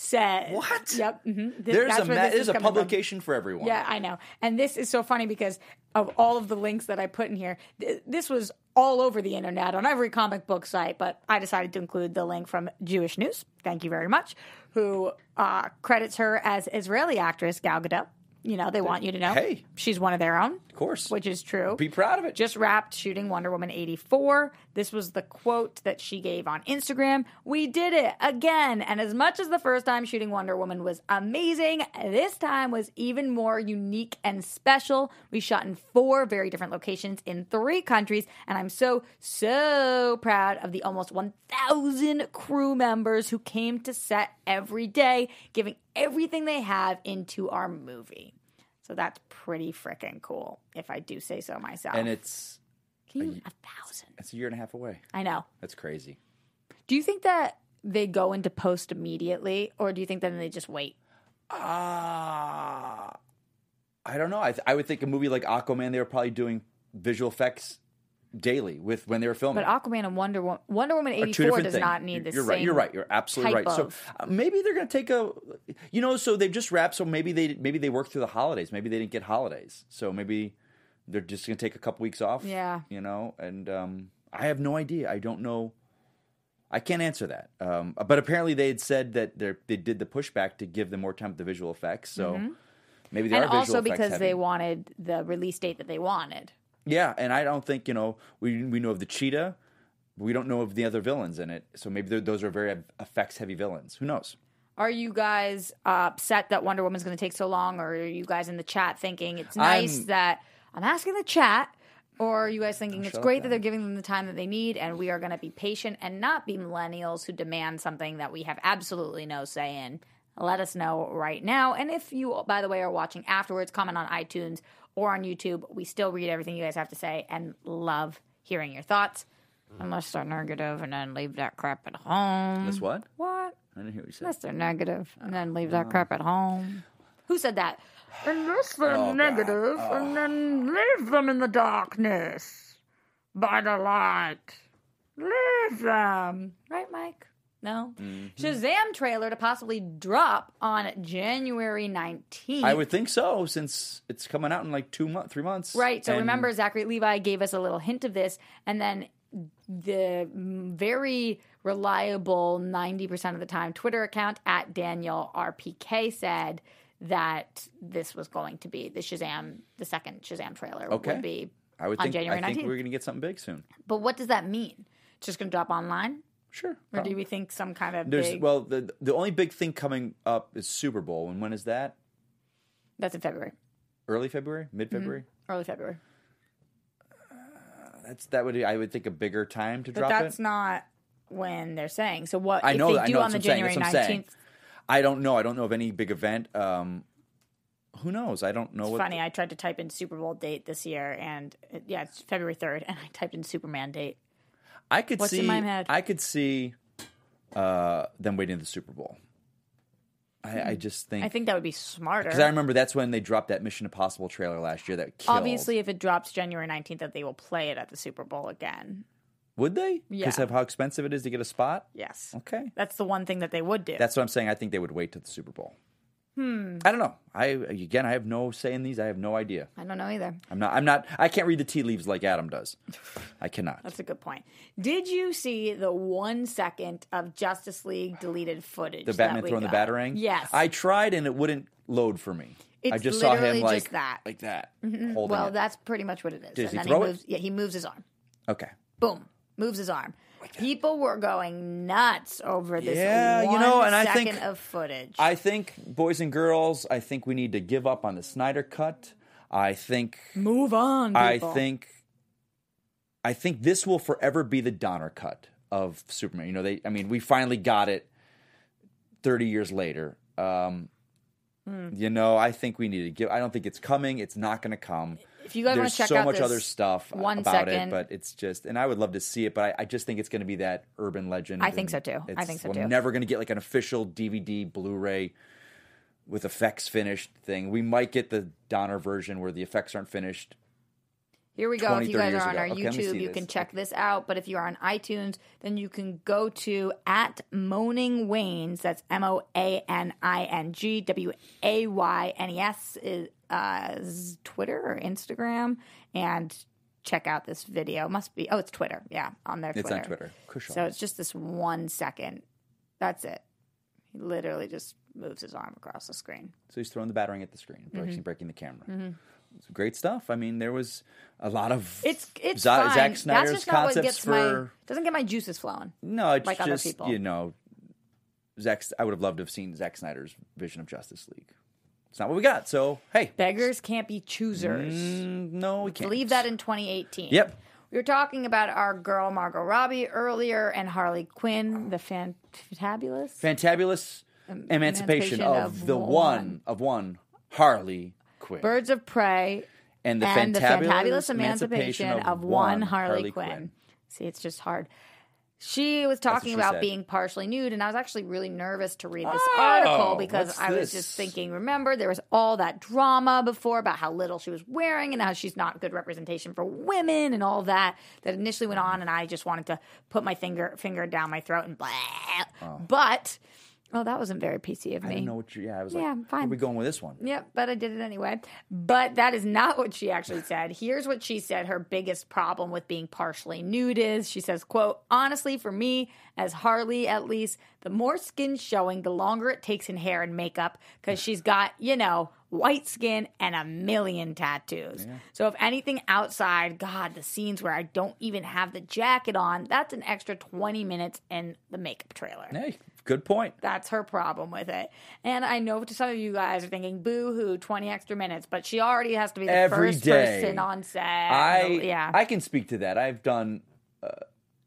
[SPEAKER 2] Said
[SPEAKER 5] What?
[SPEAKER 2] Yep. mhm. This-
[SPEAKER 5] there's
[SPEAKER 2] that's
[SPEAKER 5] a
[SPEAKER 2] where
[SPEAKER 5] ma-
[SPEAKER 2] this
[SPEAKER 5] there's
[SPEAKER 2] is
[SPEAKER 5] a
[SPEAKER 2] coming from.
[SPEAKER 5] publication for everyone
[SPEAKER 2] Yeah, I know. And this is so funny because of all of the links that I put in here, th- this was all over the internet on every comic book site, but I decided to include the link from Jewish News. Thank you very much. Who uh, credits her as Israeli actress Gal Gadot. You know, they want you to know.
[SPEAKER 5] Hey.
[SPEAKER 2] She's one of their own. Of
[SPEAKER 5] course.
[SPEAKER 2] Which is true.
[SPEAKER 5] Be proud of it.
[SPEAKER 2] Just wrapped shooting Wonder Woman 84. This was the quote that she gave on Instagram. We did it again. And as much as the first time shooting Wonder Woman was amazing, this time was even more unique and special. We shot in four very different locations in three countries. And I'm so, so proud of the almost 1,000 crew members who came to set every day, giving everything they have into our movie. So that's pretty freaking cool, if I do say so myself.
[SPEAKER 5] and it's
[SPEAKER 2] Can you, a thousand?
[SPEAKER 5] it's a year and a half away
[SPEAKER 2] I know.
[SPEAKER 5] that's crazy
[SPEAKER 2] Do you think that they go into post immediately, or do you think then they just wait?
[SPEAKER 5] ah i don't know I, th- I would think a movie like aquaman they were probably doing visual effects daily with when they were filming.
[SPEAKER 2] But Aquaman and Wonder Woman, Wonder Woman
[SPEAKER 5] are
[SPEAKER 2] eighty four does not need
[SPEAKER 5] You're-
[SPEAKER 2] this.
[SPEAKER 5] You're right. You're right. You're absolutely
[SPEAKER 2] type
[SPEAKER 5] right. So
[SPEAKER 2] of-
[SPEAKER 5] uh, maybe they're going to take a, you know, so they've just wrapped. So maybe they maybe they worked through the holidays. Maybe they didn't get holidays. So maybe they're just going to take a couple weeks off.
[SPEAKER 2] Yeah.
[SPEAKER 5] You know, and um, I have no idea. I don't know. I can't answer that. Um, but apparently they had said that they they did the pushback to give them more time with the visual effects. So maybe
[SPEAKER 2] Mm-hmm. and
[SPEAKER 5] they are visual
[SPEAKER 2] also
[SPEAKER 5] effects
[SPEAKER 2] because they
[SPEAKER 5] heavy.
[SPEAKER 2] wanted the release date that they wanted.
[SPEAKER 5] Yeah, and I don't think you know we we know of the cheetah. but We don't know of the other villains in it, so maybe they're- those are very effects heavy villains. Who knows?
[SPEAKER 2] Are you guys uh, upset that Wonder Woman's going to take so long, or are you guys in the chat thinking it's nice
[SPEAKER 5] I'm-
[SPEAKER 2] that I'm asking the chat? Or are you guys thinking it's
[SPEAKER 5] shut up,
[SPEAKER 2] great that
[SPEAKER 5] Dan.
[SPEAKER 2] they're giving them the time that they need and we are going to be patient and not be millennials who demand something that we have absolutely no say in? Let us know right now. And if you, by the way, are watching afterwards, comment on iTunes or on YouTube. We still read everything you guys have to say and love hearing your thoughts. Unless they're negative and then leave that crap at home.
[SPEAKER 5] That's what
[SPEAKER 2] what?
[SPEAKER 5] I didn't hear what you said.
[SPEAKER 2] Unless they're negative, and then leave that crap at home. Oh, Who said that? Unless they're negative, and then leave them in the darkness by the light. Leave them. Right, Mike? No. Shazam trailer to possibly drop on January 19th.
[SPEAKER 5] I would think so, since it's coming out in like two months, three months.
[SPEAKER 2] Right. So
[SPEAKER 5] And
[SPEAKER 2] remember, Zachary Levi gave us a little hint of this, and then the very reliable 90% of the time Twitter account at Daniel RPK said that this was going to be the Shazam, the second Shazam trailer
[SPEAKER 5] Okay.
[SPEAKER 2] would be
[SPEAKER 5] I would
[SPEAKER 2] on
[SPEAKER 5] think,
[SPEAKER 2] January
[SPEAKER 5] I think
[SPEAKER 2] 19th.
[SPEAKER 5] we're going to get something big soon.
[SPEAKER 2] But what does that mean? It's just going to drop online?
[SPEAKER 5] Sure.
[SPEAKER 2] Or do we think some kind of
[SPEAKER 5] There's
[SPEAKER 2] big.
[SPEAKER 5] well, the the only big thing coming up is Super Bowl, and when is that?
[SPEAKER 2] that's in February,
[SPEAKER 5] Early February, mid February.
[SPEAKER 2] early February.
[SPEAKER 5] That's that would I would think a bigger time to
[SPEAKER 2] But
[SPEAKER 5] drop
[SPEAKER 2] that's
[SPEAKER 5] it.
[SPEAKER 2] not when they're saying. So what
[SPEAKER 5] I
[SPEAKER 2] if
[SPEAKER 5] know
[SPEAKER 2] they
[SPEAKER 5] that- I
[SPEAKER 2] do
[SPEAKER 5] know,
[SPEAKER 2] on the
[SPEAKER 5] that's what I'm saying,
[SPEAKER 2] January
[SPEAKER 5] that's what I'm
[SPEAKER 2] 19th?
[SPEAKER 5] saying. I don't know. I don't know of any big event. Um, who knows? I don't know
[SPEAKER 2] It's
[SPEAKER 5] what
[SPEAKER 2] funny. I tried to type in Super Bowl date this year, and uh, yeah, it's February third, [laughs] and I typed in Superman date.
[SPEAKER 5] I could
[SPEAKER 2] What's
[SPEAKER 5] see.
[SPEAKER 2] in my head?
[SPEAKER 5] I could see uh, them waiting to the Super Bowl. I, I just think
[SPEAKER 2] Hmm. I think that would be smarter.
[SPEAKER 5] because I remember that's when they dropped that Mission Impossible trailer last year. That killed.
[SPEAKER 2] Obviously, if it drops January nineteenth, that they will play it at the Super Bowl again.
[SPEAKER 5] would they?
[SPEAKER 2] Yeah.
[SPEAKER 5] Because of how expensive it is to get a spot.
[SPEAKER 2] Yes,
[SPEAKER 5] Okay,
[SPEAKER 2] that's the one thing that they would do.
[SPEAKER 5] that's what I'm saying. I think they would wait to the Super Bowl. Hmm. I don't know. I again, I have no say in these. I have no idea.
[SPEAKER 2] I don't know either.
[SPEAKER 5] I'm not. I'm not. I can't read the tea leaves like Adam does. I cannot.
[SPEAKER 2] [sighs] That's a good point. Did you see the one second of Justice League deleted footage?
[SPEAKER 5] the
[SPEAKER 2] that
[SPEAKER 5] Batman
[SPEAKER 2] we
[SPEAKER 5] throwing the
[SPEAKER 2] got?
[SPEAKER 5] batarang.
[SPEAKER 2] uh, Yes,
[SPEAKER 5] I tried and it wouldn't load for me. I
[SPEAKER 2] It's
[SPEAKER 5] just saw
[SPEAKER 2] literally
[SPEAKER 5] him like
[SPEAKER 2] just that. Mm-hmm.
[SPEAKER 5] like that, holding
[SPEAKER 2] well,
[SPEAKER 5] it.
[SPEAKER 2] that's pretty much what it is.
[SPEAKER 5] Does he
[SPEAKER 2] and then
[SPEAKER 5] throw it?
[SPEAKER 2] moves, Yeah, he moves his arm.
[SPEAKER 5] Okay.
[SPEAKER 2] boom, moves his arm. People were going nuts over this.
[SPEAKER 5] Yeah, you
[SPEAKER 2] one
[SPEAKER 5] know, and I
[SPEAKER 2] second
[SPEAKER 5] think-
[SPEAKER 2] of footage.
[SPEAKER 5] I think boys and girls, I think we need to give up on the Snyder cut. I think
[SPEAKER 2] Move on.
[SPEAKER 5] I
[SPEAKER 2] people.
[SPEAKER 5] think I think this will forever be the Donner cut of Superman. You know, they I mean, we finally got it 30 years later. Um You know, I think we need to give. I don't think it's coming. It's not going to come.
[SPEAKER 2] if you guys want
[SPEAKER 5] There's
[SPEAKER 2] to check
[SPEAKER 5] so
[SPEAKER 2] out
[SPEAKER 5] much
[SPEAKER 2] this
[SPEAKER 5] other stuff
[SPEAKER 2] one
[SPEAKER 5] about
[SPEAKER 2] second.
[SPEAKER 5] it, but it's just, and I would love to see it, but I, I just think it's going to be that urban legend.
[SPEAKER 2] I think
[SPEAKER 5] and
[SPEAKER 2] so, too. I
[SPEAKER 5] it's-
[SPEAKER 2] think so,
[SPEAKER 5] we're
[SPEAKER 2] too.
[SPEAKER 5] never going to get like an official DVD, Blu-ray with effects finished thing. We might get the Donner version where the effects aren't finished.
[SPEAKER 2] Here we go.
[SPEAKER 5] 20,
[SPEAKER 2] If you
[SPEAKER 5] 30
[SPEAKER 2] guys
[SPEAKER 5] years
[SPEAKER 2] are on
[SPEAKER 5] ago.
[SPEAKER 2] our
[SPEAKER 5] Okay, let me
[SPEAKER 2] YouTube,
[SPEAKER 5] see
[SPEAKER 2] you
[SPEAKER 5] this.
[SPEAKER 2] can check this out. But if you are on iTunes, then you can go to at Moaning Waynes. That's M O A N I N G W A Y N E S is uh, is Twitter or Instagram and check out this video. Must be oh, it's Twitter. Yeah, on their Twitter.
[SPEAKER 5] It's on Twitter. Kushal.
[SPEAKER 2] So it's just this one second. That's it. He literally just moves his arm across the screen.
[SPEAKER 5] So he's throwing the battering at the screen, breaking,
[SPEAKER 2] Mm-hmm.
[SPEAKER 5] breaking the camera. It's great stuff. I mean, there was a lot of
[SPEAKER 2] It's it's
[SPEAKER 5] Za-
[SPEAKER 2] fine.
[SPEAKER 5] Zack Snyder's
[SPEAKER 2] That's just not
[SPEAKER 5] concepts
[SPEAKER 2] what gets
[SPEAKER 5] for
[SPEAKER 2] my doesn't get my juices flowing.
[SPEAKER 5] no, it's
[SPEAKER 2] like
[SPEAKER 5] just
[SPEAKER 2] other people.
[SPEAKER 5] you know, Zack. I would have loved to have seen Zack Snyder's vision of Justice League. It's not what we got. So hey,
[SPEAKER 2] Beggars can't be choosers.
[SPEAKER 5] mm, no, we can't
[SPEAKER 2] Believe that in 2018.
[SPEAKER 5] Yep.
[SPEAKER 2] We were talking about our girl Margot Robbie earlier and Harley Quinn, the fan- fabulous.
[SPEAKER 5] Fantabulous emancipation,
[SPEAKER 2] Emancipation
[SPEAKER 5] of,
[SPEAKER 2] of
[SPEAKER 5] the
[SPEAKER 2] one.
[SPEAKER 5] one. of one Harley Quinn
[SPEAKER 2] Birds of Prey
[SPEAKER 5] and
[SPEAKER 2] and the fantabulous emancipation of one Harley, Quinn. See, it's just hard. She was talking
[SPEAKER 5] she
[SPEAKER 2] about
[SPEAKER 5] said.
[SPEAKER 2] being partially nude, and I was actually really nervous to read this
[SPEAKER 5] Oh,
[SPEAKER 2] article because
[SPEAKER 5] what's
[SPEAKER 2] I was
[SPEAKER 5] this?
[SPEAKER 2] just thinking, remember, there was all that drama before about how little she was wearing and how she's not good representation for women and all that that initially went on, and I just wanted to put my finger finger down my throat and blah. But oh, that wasn't very PC of me.
[SPEAKER 5] I didn't know what you. Yeah, I was
[SPEAKER 2] Yeah,
[SPEAKER 5] like,
[SPEAKER 2] I'm
[SPEAKER 5] where
[SPEAKER 2] fine.
[SPEAKER 5] are we going with this one?
[SPEAKER 2] Yep, but I did it anyway. But that is not what she actually said. Here's what she said her biggest problem with being partially nude is. She says, quote, honestly, for me, as Harley at least, the more skin showing, the longer it takes in hair and makeup because she's got, you know, white skin and a million tattoos. So if anything outside, God, the scenes where I don't even have the jacket on, that's an extra 20 minutes in the makeup trailer.
[SPEAKER 5] Hey, good point.
[SPEAKER 2] That's her problem with it. And I know to some of you guys are thinking, boo hoo, 20 extra minutes, but she already has to be the
[SPEAKER 5] Every
[SPEAKER 2] first
[SPEAKER 5] day.
[SPEAKER 2] person on set.
[SPEAKER 5] I
[SPEAKER 2] yeah.
[SPEAKER 5] I can speak to that. I've done uh,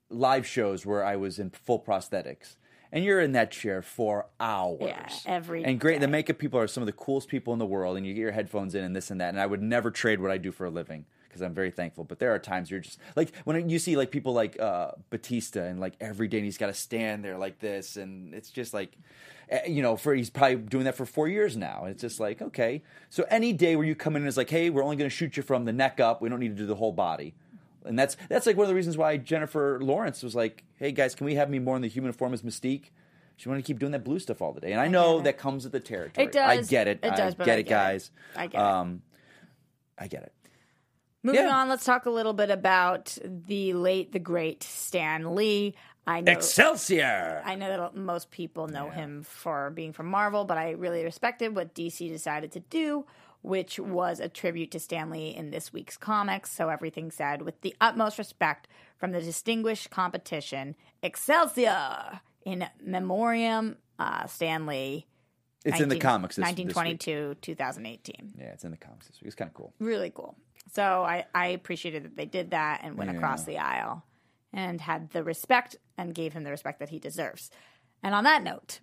[SPEAKER 5] live shows where I was in full prosthetics, and you're in that chair for hours.
[SPEAKER 2] Yeah, every
[SPEAKER 5] and great. The
[SPEAKER 2] day.
[SPEAKER 5] makeup people are some of the coolest people in the world, and you get your headphones in and this and that. And I would never trade what I do for a living because I'm very thankful. But there are times you're just like when you see like people like uh, Batista and like every day and he's got to stand there like this, and it's just like. eh, You know, for he's probably doing that for four years now. It's just like okay. So any day where you come in and it's like, hey, we're only going to shoot you from the neck up. We don't need to do the whole body. And that's that's like one of the reasons why Jennifer Lawrence was like, "Hey guys, can we have me more in the human form as Mystique?" She wanted to keep doing that blue stuff all the day, and I know that comes with the territory.
[SPEAKER 2] It
[SPEAKER 5] I
[SPEAKER 2] does.
[SPEAKER 5] get it.
[SPEAKER 2] It
[SPEAKER 5] I
[SPEAKER 2] does, but
[SPEAKER 5] get
[SPEAKER 2] I
[SPEAKER 5] it,
[SPEAKER 2] get it.
[SPEAKER 5] guys.
[SPEAKER 2] I get it.
[SPEAKER 5] um, I get it.
[SPEAKER 2] Moving
[SPEAKER 5] yeah.
[SPEAKER 2] on, let's talk a little bit about the late, the great Stan Lee. I know.
[SPEAKER 5] Excelsior!
[SPEAKER 2] I know that most people know him for being from Marvel, but I really respected what DC decided to do, which was a tribute to Stanley in this week's comics. So everything said with the utmost respect from the distinguished competition, Excelsior in memoriam uh, Stanley.
[SPEAKER 5] it's in the comics. This, this week.
[SPEAKER 2] 1922, 2018.
[SPEAKER 5] Yeah, it's in the comics this week. It's kind of cool.
[SPEAKER 2] Really cool. So I, I appreciated that they did that and went across the aisle and had the respect and gave him the respect that he deserves. And on that note,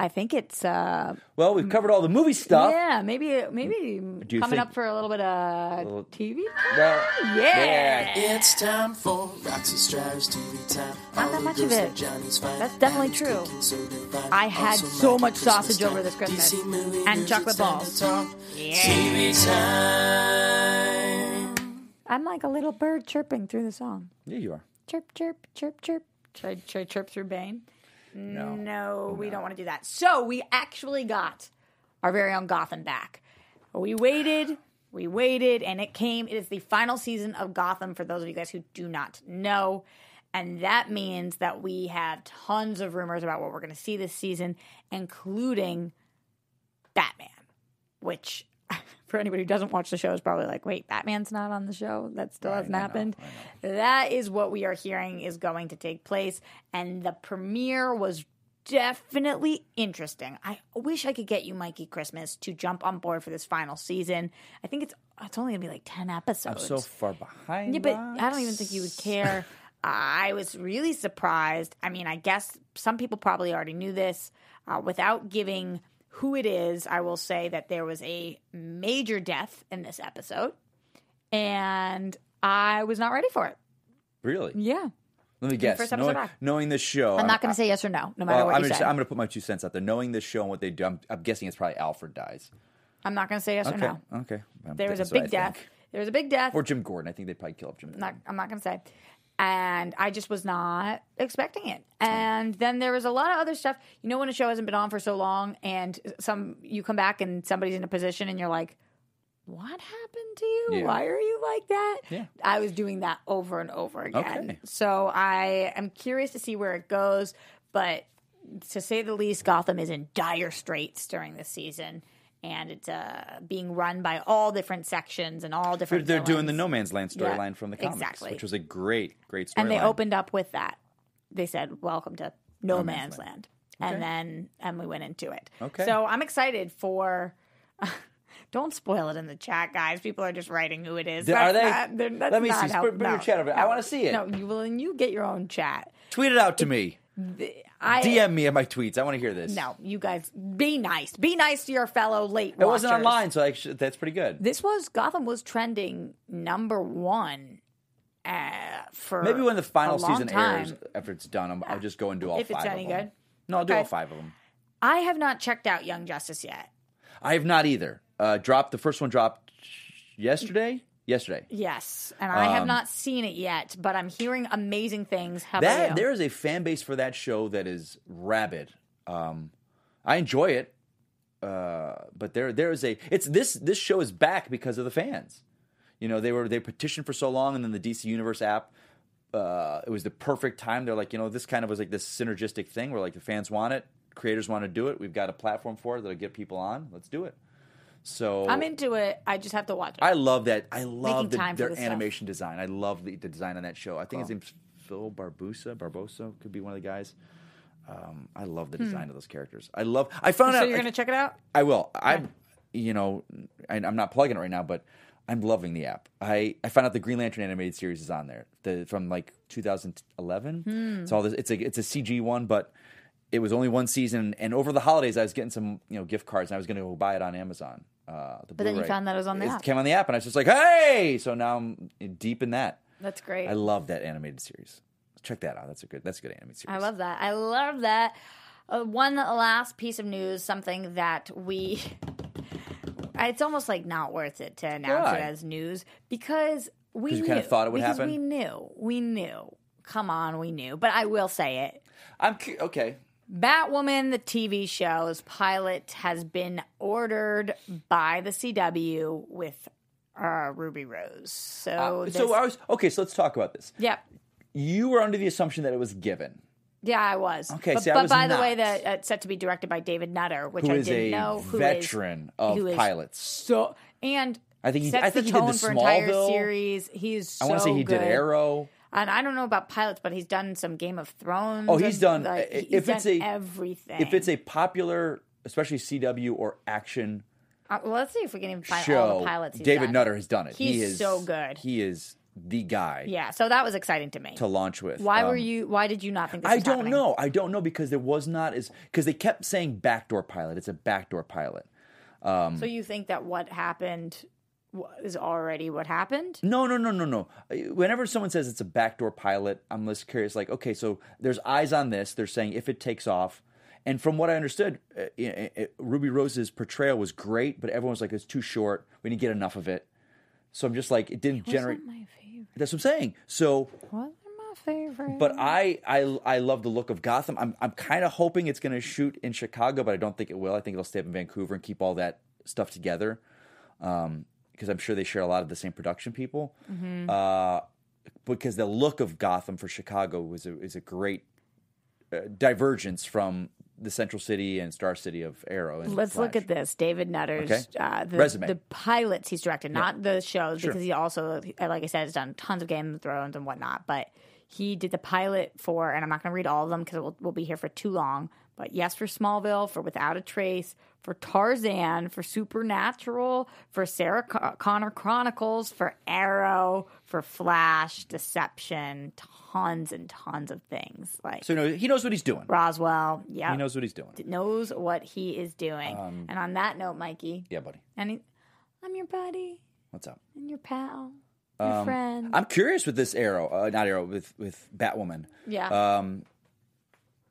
[SPEAKER 2] I think it's uh
[SPEAKER 5] Well, we've covered all the movie stuff.
[SPEAKER 2] yeah maybe maybe
[SPEAKER 5] Oh. you
[SPEAKER 2] coming
[SPEAKER 5] think-
[SPEAKER 2] up for a little bit of TV
[SPEAKER 5] Well,
[SPEAKER 2] yeah,
[SPEAKER 6] It's time for Roxy's Drives TV time.
[SPEAKER 2] Not that
[SPEAKER 6] All the
[SPEAKER 2] much of
[SPEAKER 6] girls
[SPEAKER 2] it.
[SPEAKER 6] like Johnny's fine.
[SPEAKER 2] That's definitely
[SPEAKER 6] Mommy's
[SPEAKER 2] true.
[SPEAKER 6] cooking so divine.
[SPEAKER 2] I had
[SPEAKER 6] Also,
[SPEAKER 2] so
[SPEAKER 6] Mike
[SPEAKER 2] much
[SPEAKER 6] at Christmas
[SPEAKER 2] sausage over
[SPEAKER 6] time.
[SPEAKER 2] this Christmas.
[SPEAKER 6] DC movie
[SPEAKER 2] And
[SPEAKER 6] news,
[SPEAKER 2] chocolate
[SPEAKER 6] it's time
[SPEAKER 2] balls.
[SPEAKER 6] to talk. TV time.
[SPEAKER 2] I'm like a little bird chirping through the song
[SPEAKER 5] yeah, you are.
[SPEAKER 2] chirp chirp chirp chirp should I, should I chirp through Bane
[SPEAKER 5] No.
[SPEAKER 2] No, we don't want to do that. So we actually got our very own Gotham back. We waited, we waited, and it came. It is the final season of Gotham for those of you guys who do not know. And that means that we have tons of rumors about what we're going to see this season, including Batman, which. [laughs] For anybody who doesn't watch the show, is probably like, wait, Batman's not on the show. That still hasn't
[SPEAKER 5] I know,
[SPEAKER 2] happened. That is what we are hearing is going to take place. And the premiere was definitely interesting. I wish I could get you, Mikey Christmas, to jump on board for this final season. I think it's it's only gonna be like ten
[SPEAKER 5] I'm
[SPEAKER 2] episodes.
[SPEAKER 5] so far behind.
[SPEAKER 2] yeah, but I don't even think you would care. I was really surprised. I mean, I guess some people probably already knew this. Uh, without giving who it is, I will say that there was a major death in this episode, and I was not ready for it.
[SPEAKER 5] Really?
[SPEAKER 2] Yeah.
[SPEAKER 5] Let me guess.
[SPEAKER 2] first episode
[SPEAKER 5] Knowing,
[SPEAKER 2] back.
[SPEAKER 5] knowing this show,
[SPEAKER 2] I'm not going to say yes or no, no matter
[SPEAKER 5] Well,
[SPEAKER 2] what
[SPEAKER 5] I'm
[SPEAKER 2] you
[SPEAKER 5] gonna,
[SPEAKER 2] say.
[SPEAKER 5] I'm
[SPEAKER 2] I'm,
[SPEAKER 5] gonna put my two cents out there. Knowing this show and what they do, I'm, I'm guessing it's probably Alfred dies.
[SPEAKER 2] not going to say yes or
[SPEAKER 5] Okay.
[SPEAKER 2] no.
[SPEAKER 5] Okay. I'm
[SPEAKER 2] There was a
[SPEAKER 5] that's
[SPEAKER 2] big
[SPEAKER 5] what I
[SPEAKER 2] death.
[SPEAKER 5] think.
[SPEAKER 2] There was a big death.
[SPEAKER 5] Or Jim Gordon. I think they'd probably kill up Jim Gordon.
[SPEAKER 2] not, I'm not going to say. And I just was not expecting it. And then there was a lot of other stuff. You know, when a show hasn't been on for so long, and some you come back and somebody's in a position, and you're like, "What happened to you?
[SPEAKER 5] Yeah.
[SPEAKER 2] Why are you like that?"
[SPEAKER 5] Yeah.
[SPEAKER 2] I was doing that over and over again.
[SPEAKER 5] Okay.
[SPEAKER 2] So I am curious to see where it goes, but to say the least, Gotham is in dire straits during this season. And it's uh, being run by all different sections and all
[SPEAKER 5] They're,
[SPEAKER 2] different.
[SPEAKER 5] they're doing the
[SPEAKER 2] villains.
[SPEAKER 5] No Man's Land
[SPEAKER 2] Yeah,
[SPEAKER 5] storyline from the comics,
[SPEAKER 2] exactly.
[SPEAKER 5] which was a great, great storyline.
[SPEAKER 2] and they opened up with that. They said, "Welcome to No, Man's,
[SPEAKER 5] Man's
[SPEAKER 2] Land,", and then and we went into it.
[SPEAKER 5] Okay.
[SPEAKER 2] so I'm excited for. [laughs] don't spoil it in the chat, guys. People are just writing who it is.
[SPEAKER 5] Th- are they?
[SPEAKER 2] not- they're- that's
[SPEAKER 5] Let me
[SPEAKER 2] not
[SPEAKER 5] see.
[SPEAKER 2] how-
[SPEAKER 5] Bring- bring your chat over. I wanna see it.
[SPEAKER 2] No, you will, and you get your own chat.
[SPEAKER 5] Tweet it out to me.
[SPEAKER 2] I
[SPEAKER 5] DM me at my tweets. I want to hear this.
[SPEAKER 2] no, you guys be nice. Be nice to your fellow late.
[SPEAKER 5] It wasn't online, so I sh- that's pretty good.
[SPEAKER 2] This was Gotham was trending number one uh, for
[SPEAKER 5] Maybe when the
[SPEAKER 2] a
[SPEAKER 5] final
[SPEAKER 2] long
[SPEAKER 5] season
[SPEAKER 2] time.
[SPEAKER 5] airs, after it's done, I'm, I'll just go and do all
[SPEAKER 2] If
[SPEAKER 5] five
[SPEAKER 2] it's
[SPEAKER 5] of
[SPEAKER 2] any
[SPEAKER 5] them.
[SPEAKER 2] good.
[SPEAKER 5] No, I'll do
[SPEAKER 2] Okay.
[SPEAKER 5] all five of them.
[SPEAKER 2] I have not checked out Young Justice yet.
[SPEAKER 5] I have not either. Uh, dropped the first one dropped yesterday. Yesterday.
[SPEAKER 2] Yes, and I have not seen it yet, but I'm hearing amazing things. How about
[SPEAKER 5] Um, That
[SPEAKER 2] you?
[SPEAKER 5] there is a fan base for that show that is rabid. Um, I enjoy it, uh, but there there is a it's this this show is back because of the fans. You know they were they petitioned for so long, and then the DC Universe app. Uh, it was the perfect time. They're like, you know, this kind of was like this synergistic thing where like the fans want it, creators want to do it. We've got a platform for it that'll get people on. Let's do it. So
[SPEAKER 2] I'm into it. I just have to watch it.
[SPEAKER 5] I love that. I love the,
[SPEAKER 2] time for
[SPEAKER 5] their
[SPEAKER 2] this stuff.
[SPEAKER 5] animation design. I love the, the design on that show. I think his name's Phil Barbosa. Barbosa could be one of the guys. Um, I love the design of those characters. I love. I found
[SPEAKER 2] Hmm. so
[SPEAKER 5] out.
[SPEAKER 2] you're gonna check it out?
[SPEAKER 5] I will. I'm. You know, I, I'm not plugging it right now, but I'm loving the app. I I found out the Green Lantern animated series is on there. The from like 2011.
[SPEAKER 2] Hmm.
[SPEAKER 5] It's all this. It's a it's a CG one, but. It was only one season, and over the holidays, I was getting some you know gift cards, and I was going to go buy it on Amazon. Uh, the
[SPEAKER 2] But then you
[SPEAKER 5] Blu-ray.
[SPEAKER 2] found that it was on the
[SPEAKER 5] It
[SPEAKER 2] app.
[SPEAKER 5] came on the app, and I was just like, "Hey!" So now I'm deep in that.
[SPEAKER 2] That's great.
[SPEAKER 5] I love that animated series. Check that out. That's a good. That's a good animated series.
[SPEAKER 2] I love that. I love that. Uh, one last piece of news, something that we. [laughs] It's almost like not worth it to announce
[SPEAKER 5] Why?
[SPEAKER 2] it as news because we
[SPEAKER 5] 'Cause
[SPEAKER 2] knew,
[SPEAKER 5] you kinda thought it would
[SPEAKER 2] because
[SPEAKER 5] happen?
[SPEAKER 2] We knew. We knew. Come on, we knew. But I will say it.
[SPEAKER 5] I'm cu- okay.
[SPEAKER 2] Batwoman, the TV show's pilot, has been ordered by the CW with uh, Ruby Rose. So, this,
[SPEAKER 5] Uh, so I was okay. So let's talk about this.
[SPEAKER 2] yep.
[SPEAKER 5] You were under the assumption that it was given,
[SPEAKER 2] Yeah, I was.
[SPEAKER 5] Okay,
[SPEAKER 2] but,
[SPEAKER 5] see, I
[SPEAKER 2] but
[SPEAKER 5] was
[SPEAKER 2] by the
[SPEAKER 5] not.
[SPEAKER 2] way, that it's set to be directed by David Nutter, which
[SPEAKER 5] who
[SPEAKER 2] I
[SPEAKER 5] is
[SPEAKER 2] didn't
[SPEAKER 5] a
[SPEAKER 2] know. Who is
[SPEAKER 5] veteran of
[SPEAKER 2] who is
[SPEAKER 5] pilots.
[SPEAKER 2] so and
[SPEAKER 5] I think he-
[SPEAKER 2] sets
[SPEAKER 5] I think
[SPEAKER 2] the
[SPEAKER 5] he did
[SPEAKER 2] tone
[SPEAKER 5] the
[SPEAKER 2] for entire
[SPEAKER 5] Smallville.
[SPEAKER 2] series. He's so
[SPEAKER 5] I want to say he
[SPEAKER 2] good.
[SPEAKER 5] did Arrow.
[SPEAKER 2] and I don't know about pilots, but he's done some Game of Thrones.
[SPEAKER 5] Oh, he's
[SPEAKER 2] and,
[SPEAKER 5] done-
[SPEAKER 2] like,
[SPEAKER 5] i-
[SPEAKER 2] he's
[SPEAKER 5] if it's
[SPEAKER 2] done
[SPEAKER 5] a-
[SPEAKER 2] everything.
[SPEAKER 5] If it's a popular, especially CW or action
[SPEAKER 2] Uh, well, let's see if we can even find
[SPEAKER 5] show,
[SPEAKER 2] all the pilots. He's
[SPEAKER 5] David
[SPEAKER 2] done.
[SPEAKER 5] Nutter has done it. he
[SPEAKER 2] He's
[SPEAKER 5] is
[SPEAKER 2] so good.
[SPEAKER 5] He is the guy
[SPEAKER 2] yeah, so that was exciting to me.
[SPEAKER 5] to launch with.
[SPEAKER 2] why were
[SPEAKER 5] Um,
[SPEAKER 2] you? Why did you not think? This
[SPEAKER 5] I
[SPEAKER 2] was
[SPEAKER 5] don't
[SPEAKER 2] happening?
[SPEAKER 5] know. I don't know because there was not as because they kept saying backdoor pilot. It's a backdoor pilot.
[SPEAKER 2] So you think that what happened wa- is already what happened?
[SPEAKER 5] No, no, no, no, no. Uh, Whenever someone says it's a backdoor pilot, I'm just curious. Like, okay, so there's eyes on this. They're saying if it takes off, and from what I understood, uh, you know, uh, Ruby Rose's portrayal was great, but everyone was like, it's too short. We didn't get enough of it. So I'm just like, it didn't generate.
[SPEAKER 2] My favorite.
[SPEAKER 5] That's what I'm saying. So
[SPEAKER 2] Wasn't my favorite.
[SPEAKER 5] But I, I, I love the look of Gotham. I'm, I'm kind of hoping it's going to shoot in Chicago, but I don't think it will. I think it'll stay up in Vancouver and keep all that stuff together, because I'm sure they share a lot of the same production people.
[SPEAKER 2] Mm-hmm.
[SPEAKER 5] Uh, because the look of Gotham for Chicago was a, is a great uh, divergence from the Central City and Star City of Arrow. And
[SPEAKER 2] Let's look
[SPEAKER 5] Flash.
[SPEAKER 2] at this. David Nutter's
[SPEAKER 5] Okay.
[SPEAKER 2] uh, the,
[SPEAKER 5] Resume.
[SPEAKER 2] the pilots he's directed, not the shows, because he also, like I said, has done tons of Game of Thrones and whatnot. But he did the pilot for, and I'm not going to read all of them because we'll, we'll be here for too long. But yes, for Smallville, for Without a Trace, for Tarzan, for Supernatural, for Sarah Con- Connor Chronicles, for Arrow, for Flash, Deception, tons and tons of things like
[SPEAKER 5] So no, he knows what he's doing.
[SPEAKER 2] Roswell. Yeah,
[SPEAKER 5] He knows what he's doing.
[SPEAKER 2] knows what he is doing.
[SPEAKER 5] Um,
[SPEAKER 2] and on that note, Mikey,
[SPEAKER 5] Yeah, buddy.
[SPEAKER 2] any, I'm your buddy
[SPEAKER 5] What's up?
[SPEAKER 2] and your pal, your friend.
[SPEAKER 5] Um, I'm curious with this Arrow, uh, not Arrow, with with Batwoman.
[SPEAKER 2] yeah,
[SPEAKER 5] Um,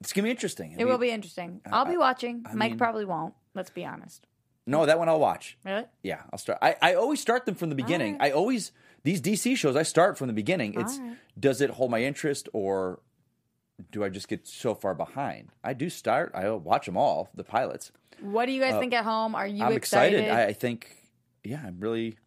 [SPEAKER 5] it's gonna be interesting.
[SPEAKER 2] it will be interesting. I'll be watching. Mike probably won't. Let's be honest.
[SPEAKER 5] No, that one I'll watch.
[SPEAKER 2] Really?
[SPEAKER 5] Yeah, I'll start. I, I always start them from the beginning. I always these DC shows I start from the beginning. It's does it hold my interest or do I just get so far behind? I do start. I watch them all the pilots.
[SPEAKER 2] What do you guys think at home? Are you
[SPEAKER 5] Uh, I'm
[SPEAKER 2] excited? Oh,
[SPEAKER 5] excited. I, I think. Yeah, I'm really.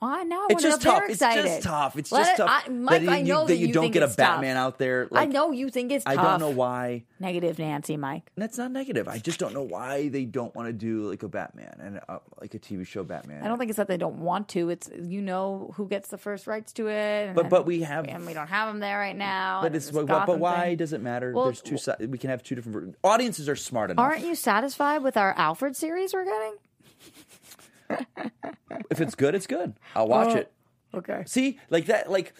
[SPEAKER 2] Well, I know.
[SPEAKER 5] It's
[SPEAKER 2] I
[SPEAKER 5] just
[SPEAKER 2] know they're
[SPEAKER 5] tough. It's
[SPEAKER 2] Excited.
[SPEAKER 5] just tough. It's
[SPEAKER 2] Let
[SPEAKER 5] just
[SPEAKER 2] it-
[SPEAKER 5] tough.
[SPEAKER 2] I, Mike,
[SPEAKER 5] that
[SPEAKER 2] I know
[SPEAKER 5] that you, don't
[SPEAKER 2] think
[SPEAKER 5] get a
[SPEAKER 2] it's tough.
[SPEAKER 5] Batman out there.
[SPEAKER 2] I know you think it's.
[SPEAKER 5] I
[SPEAKER 2] Tough.
[SPEAKER 5] don't know why.
[SPEAKER 2] Negative Nancy, Mike.
[SPEAKER 5] And that's not negative. I just don't know why they don't want to do like a Batman and uh, like a TV show Batman.
[SPEAKER 2] I don't think it's that they don't want to. It's you know who gets the first rights to it. and
[SPEAKER 5] But
[SPEAKER 2] then-
[SPEAKER 5] but we have
[SPEAKER 2] and we don't have them there right now.
[SPEAKER 5] But
[SPEAKER 2] and
[SPEAKER 5] it's
[SPEAKER 2] this
[SPEAKER 5] but, why- but
[SPEAKER 2] Gotham
[SPEAKER 5] why
[SPEAKER 2] thing.
[SPEAKER 5] does it matter?
[SPEAKER 2] Well,
[SPEAKER 5] There's two. si- we can have two different ver- audiences. Are smart enough.
[SPEAKER 2] Aren't you satisfied with our Alfred series we're getting?
[SPEAKER 5] If it's good, it's good. I'll watch it.
[SPEAKER 2] Okay.
[SPEAKER 5] See, like that. Like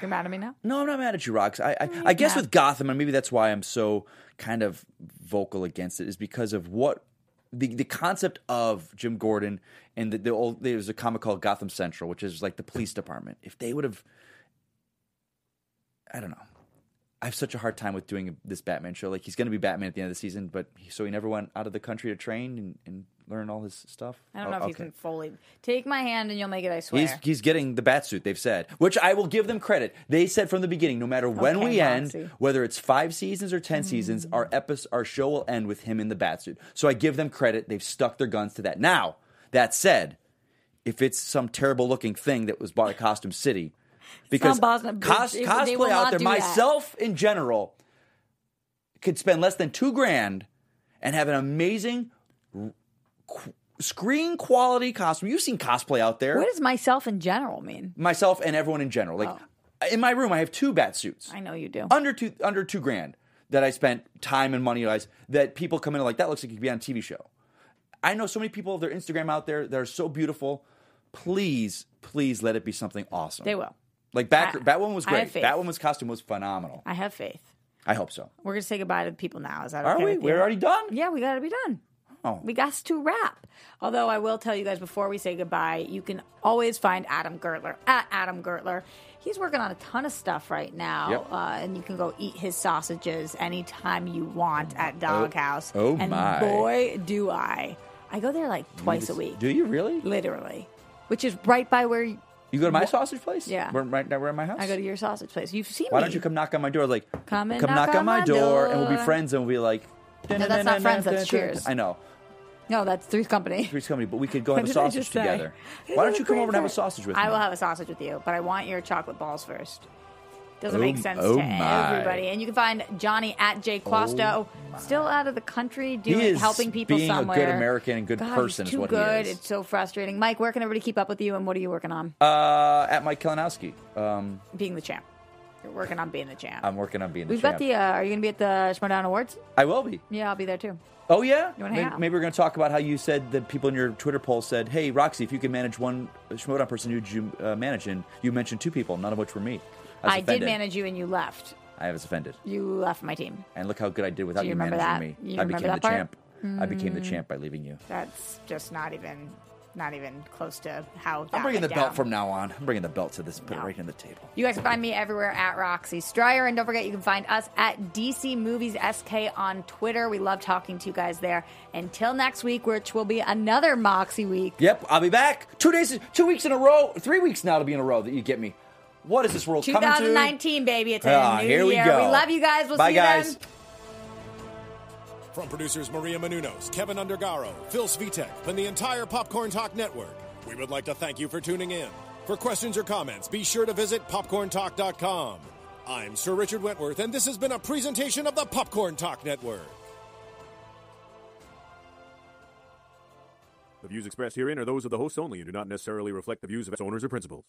[SPEAKER 2] You're mad at me now?
[SPEAKER 5] no, I'm not mad at you, Rox. I I, I guess with Gotham, and maybe that's why I'm so kind of vocal against it, is because of what the, the concept of Jim Gordon and the, the old there's a comic called Gotham Central, which is like the police department. If they would have, I don't know. I have such a hard time with doing this Batman show. Like he's going to be Batman at the end of the season, but he, so he never went out of the country to train and, and learn all his stuff.
[SPEAKER 2] I don't know
[SPEAKER 5] Oh,
[SPEAKER 2] if you
[SPEAKER 5] okay.
[SPEAKER 2] can fully take my hand and you'll make it. I swear.
[SPEAKER 5] He's, he's getting the bat suit, they've said, which I will give them credit. They said from the beginning, no matter when
[SPEAKER 2] Okay, Hmm.
[SPEAKER 5] we end,
[SPEAKER 2] Moxie.
[SPEAKER 5] whether it's five seasons or 10 seasons, our, epis, our show will end with him in the bat suit. So I give them credit. They've stuck their guns to that. Now, that said, if it's some terrible looking thing that was bought at Costume City, because
[SPEAKER 2] Boston-
[SPEAKER 5] cos-
[SPEAKER 2] they- they will
[SPEAKER 5] cosplay out
[SPEAKER 2] not
[SPEAKER 5] there,
[SPEAKER 2] do that.
[SPEAKER 5] myself in general, could spend less than two grand and have an amazing r- qu- screen quality costume. You've seen cosplay out there
[SPEAKER 2] what does myself in general mean?
[SPEAKER 5] myself and everyone in general. Like in my room, I have two bat suits
[SPEAKER 2] Oh. I know you do.
[SPEAKER 5] under two under two grand that I spent time and money on. That people come in and like that looks like it could be on a TV show. I know so many people their Instagram out there that are so beautiful. Please, please let it be something awesome.
[SPEAKER 2] They will.
[SPEAKER 5] Like Bat
[SPEAKER 2] I-
[SPEAKER 5] Batwoman was
[SPEAKER 2] I have
[SPEAKER 5] great.
[SPEAKER 2] faith.
[SPEAKER 5] Batwoman's costume was phenomenal.
[SPEAKER 2] I have faith.
[SPEAKER 5] I hope so.
[SPEAKER 2] We're gonna say goodbye to the people now. Is that
[SPEAKER 5] Are
[SPEAKER 2] okay?
[SPEAKER 5] we?
[SPEAKER 2] with
[SPEAKER 5] We're
[SPEAKER 2] you?
[SPEAKER 5] already done.
[SPEAKER 2] Yeah, we got to be done.
[SPEAKER 5] Oh.
[SPEAKER 2] We got to wrap. Although I will tell you guys before we say goodbye, you can always find Adam Gertler at Adam Gertler. He's working on a ton of stuff right now,
[SPEAKER 5] Yep.
[SPEAKER 2] uh, and you can go eat his sausages anytime you want at Doghouse.
[SPEAKER 5] oh
[SPEAKER 2] and
[SPEAKER 5] my.
[SPEAKER 2] boy, do I! I go there like twice a week,
[SPEAKER 5] Do you really?
[SPEAKER 2] literally, which is right by where y-
[SPEAKER 5] You go to my sausage place?
[SPEAKER 2] Yeah.
[SPEAKER 5] We're right now. We're at my house.
[SPEAKER 2] I go to your sausage place. You've seen
[SPEAKER 5] Why
[SPEAKER 2] me.
[SPEAKER 5] don't you come knock on my door? Like,
[SPEAKER 2] Come and
[SPEAKER 5] come
[SPEAKER 2] knock
[SPEAKER 5] knock
[SPEAKER 2] on
[SPEAKER 5] on
[SPEAKER 2] my
[SPEAKER 5] my door, and we'll be
[SPEAKER 2] door.
[SPEAKER 5] friends, and we'll be like, no,
[SPEAKER 2] that's not friends, that's Cheers.
[SPEAKER 5] I know,
[SPEAKER 2] No, that's Three's Company. [laughs]
[SPEAKER 5] Three's Company, but we could go have a
[SPEAKER 2] did I
[SPEAKER 5] sausage
[SPEAKER 2] just say?
[SPEAKER 5] together.
[SPEAKER 2] It
[SPEAKER 5] Why don't
[SPEAKER 2] was
[SPEAKER 5] you come over and have a
[SPEAKER 2] great.
[SPEAKER 5] sausage with me?
[SPEAKER 2] I will have a sausage with you, but I want your chocolate balls first. Doesn't
[SPEAKER 5] Oh,
[SPEAKER 2] make sense
[SPEAKER 5] oh
[SPEAKER 2] to
[SPEAKER 5] my. Oh
[SPEAKER 2] everybody. And you can find Johnny at Jay Quasto, still out of the country, doing
[SPEAKER 5] is
[SPEAKER 2] helping people
[SPEAKER 5] being a good
[SPEAKER 2] somewhere.
[SPEAKER 5] American and good
[SPEAKER 2] God,
[SPEAKER 5] person is
[SPEAKER 2] He's too
[SPEAKER 5] what he
[SPEAKER 2] good.
[SPEAKER 5] is.
[SPEAKER 2] It's so frustrating. Mike, where can everybody keep up with you, and what are you working on?
[SPEAKER 5] Uh, at Mike Kalinowski. Um,
[SPEAKER 2] being the champ. You're working on being the champ.
[SPEAKER 5] I'm working on being the
[SPEAKER 2] We've
[SPEAKER 5] champ.
[SPEAKER 2] got the. Uh, are you going to be at the Schmodown Awards?
[SPEAKER 5] I will be.
[SPEAKER 2] Yeah, I'll be there too.
[SPEAKER 5] Oh yeah.
[SPEAKER 2] wanna hang
[SPEAKER 5] maybe,
[SPEAKER 2] out?
[SPEAKER 5] maybe we're going to talk about how you said that people in your Twitter poll said, "Hey Roxy, if you could manage one Schmodown person, who'd you uh, manage?" And you mentioned two people, none of which were me. I, was
[SPEAKER 2] I did
[SPEAKER 5] offended.
[SPEAKER 2] manage you, and you left.
[SPEAKER 5] I was offended.
[SPEAKER 2] You left my team.
[SPEAKER 5] And look how good I did without
[SPEAKER 2] Do you
[SPEAKER 5] you,
[SPEAKER 2] remember
[SPEAKER 5] managing
[SPEAKER 2] that?
[SPEAKER 5] me.
[SPEAKER 2] You
[SPEAKER 5] I
[SPEAKER 2] remember
[SPEAKER 5] became
[SPEAKER 2] that
[SPEAKER 5] the
[SPEAKER 2] part?
[SPEAKER 5] champ. I became the champ by leaving you.
[SPEAKER 2] That's just not even, not even close to how. That
[SPEAKER 5] I'm bringing the
[SPEAKER 2] went down.
[SPEAKER 5] belt from now on. I'm bringing the belt to this. Put
[SPEAKER 2] No.
[SPEAKER 5] it right in the table.
[SPEAKER 2] You guys can find me everywhere at Roxy Stryer. And don't forget, you can find us at DC Movies SK on Twitter. We love talking to you guys there. Until next week, which will be another Moxie week.
[SPEAKER 5] Yep, I'll be back. Two days, two weeks in a row, three weeks now to be in a row that you get me. What is this world coming to?
[SPEAKER 2] 2019, baby. It's
[SPEAKER 5] Ah,
[SPEAKER 2] a new
[SPEAKER 5] here we
[SPEAKER 2] year.
[SPEAKER 5] go.
[SPEAKER 2] We love you guys. We'll
[SPEAKER 5] Bye,
[SPEAKER 2] see you
[SPEAKER 5] guys.
[SPEAKER 2] then.
[SPEAKER 3] From producers Maria Menunos, Kevin Undergaro, Phil Svitek, and the entire Popcorn Talk Network, we would like to thank you for tuning in. For questions or comments, be sure to visit popcorntalk.com. I'm Sir Richard Wentworth, and this has been a presentation of the Popcorn Talk Network.
[SPEAKER 7] The views expressed herein are those of the hosts only and do not necessarily reflect the views of its owners or principals.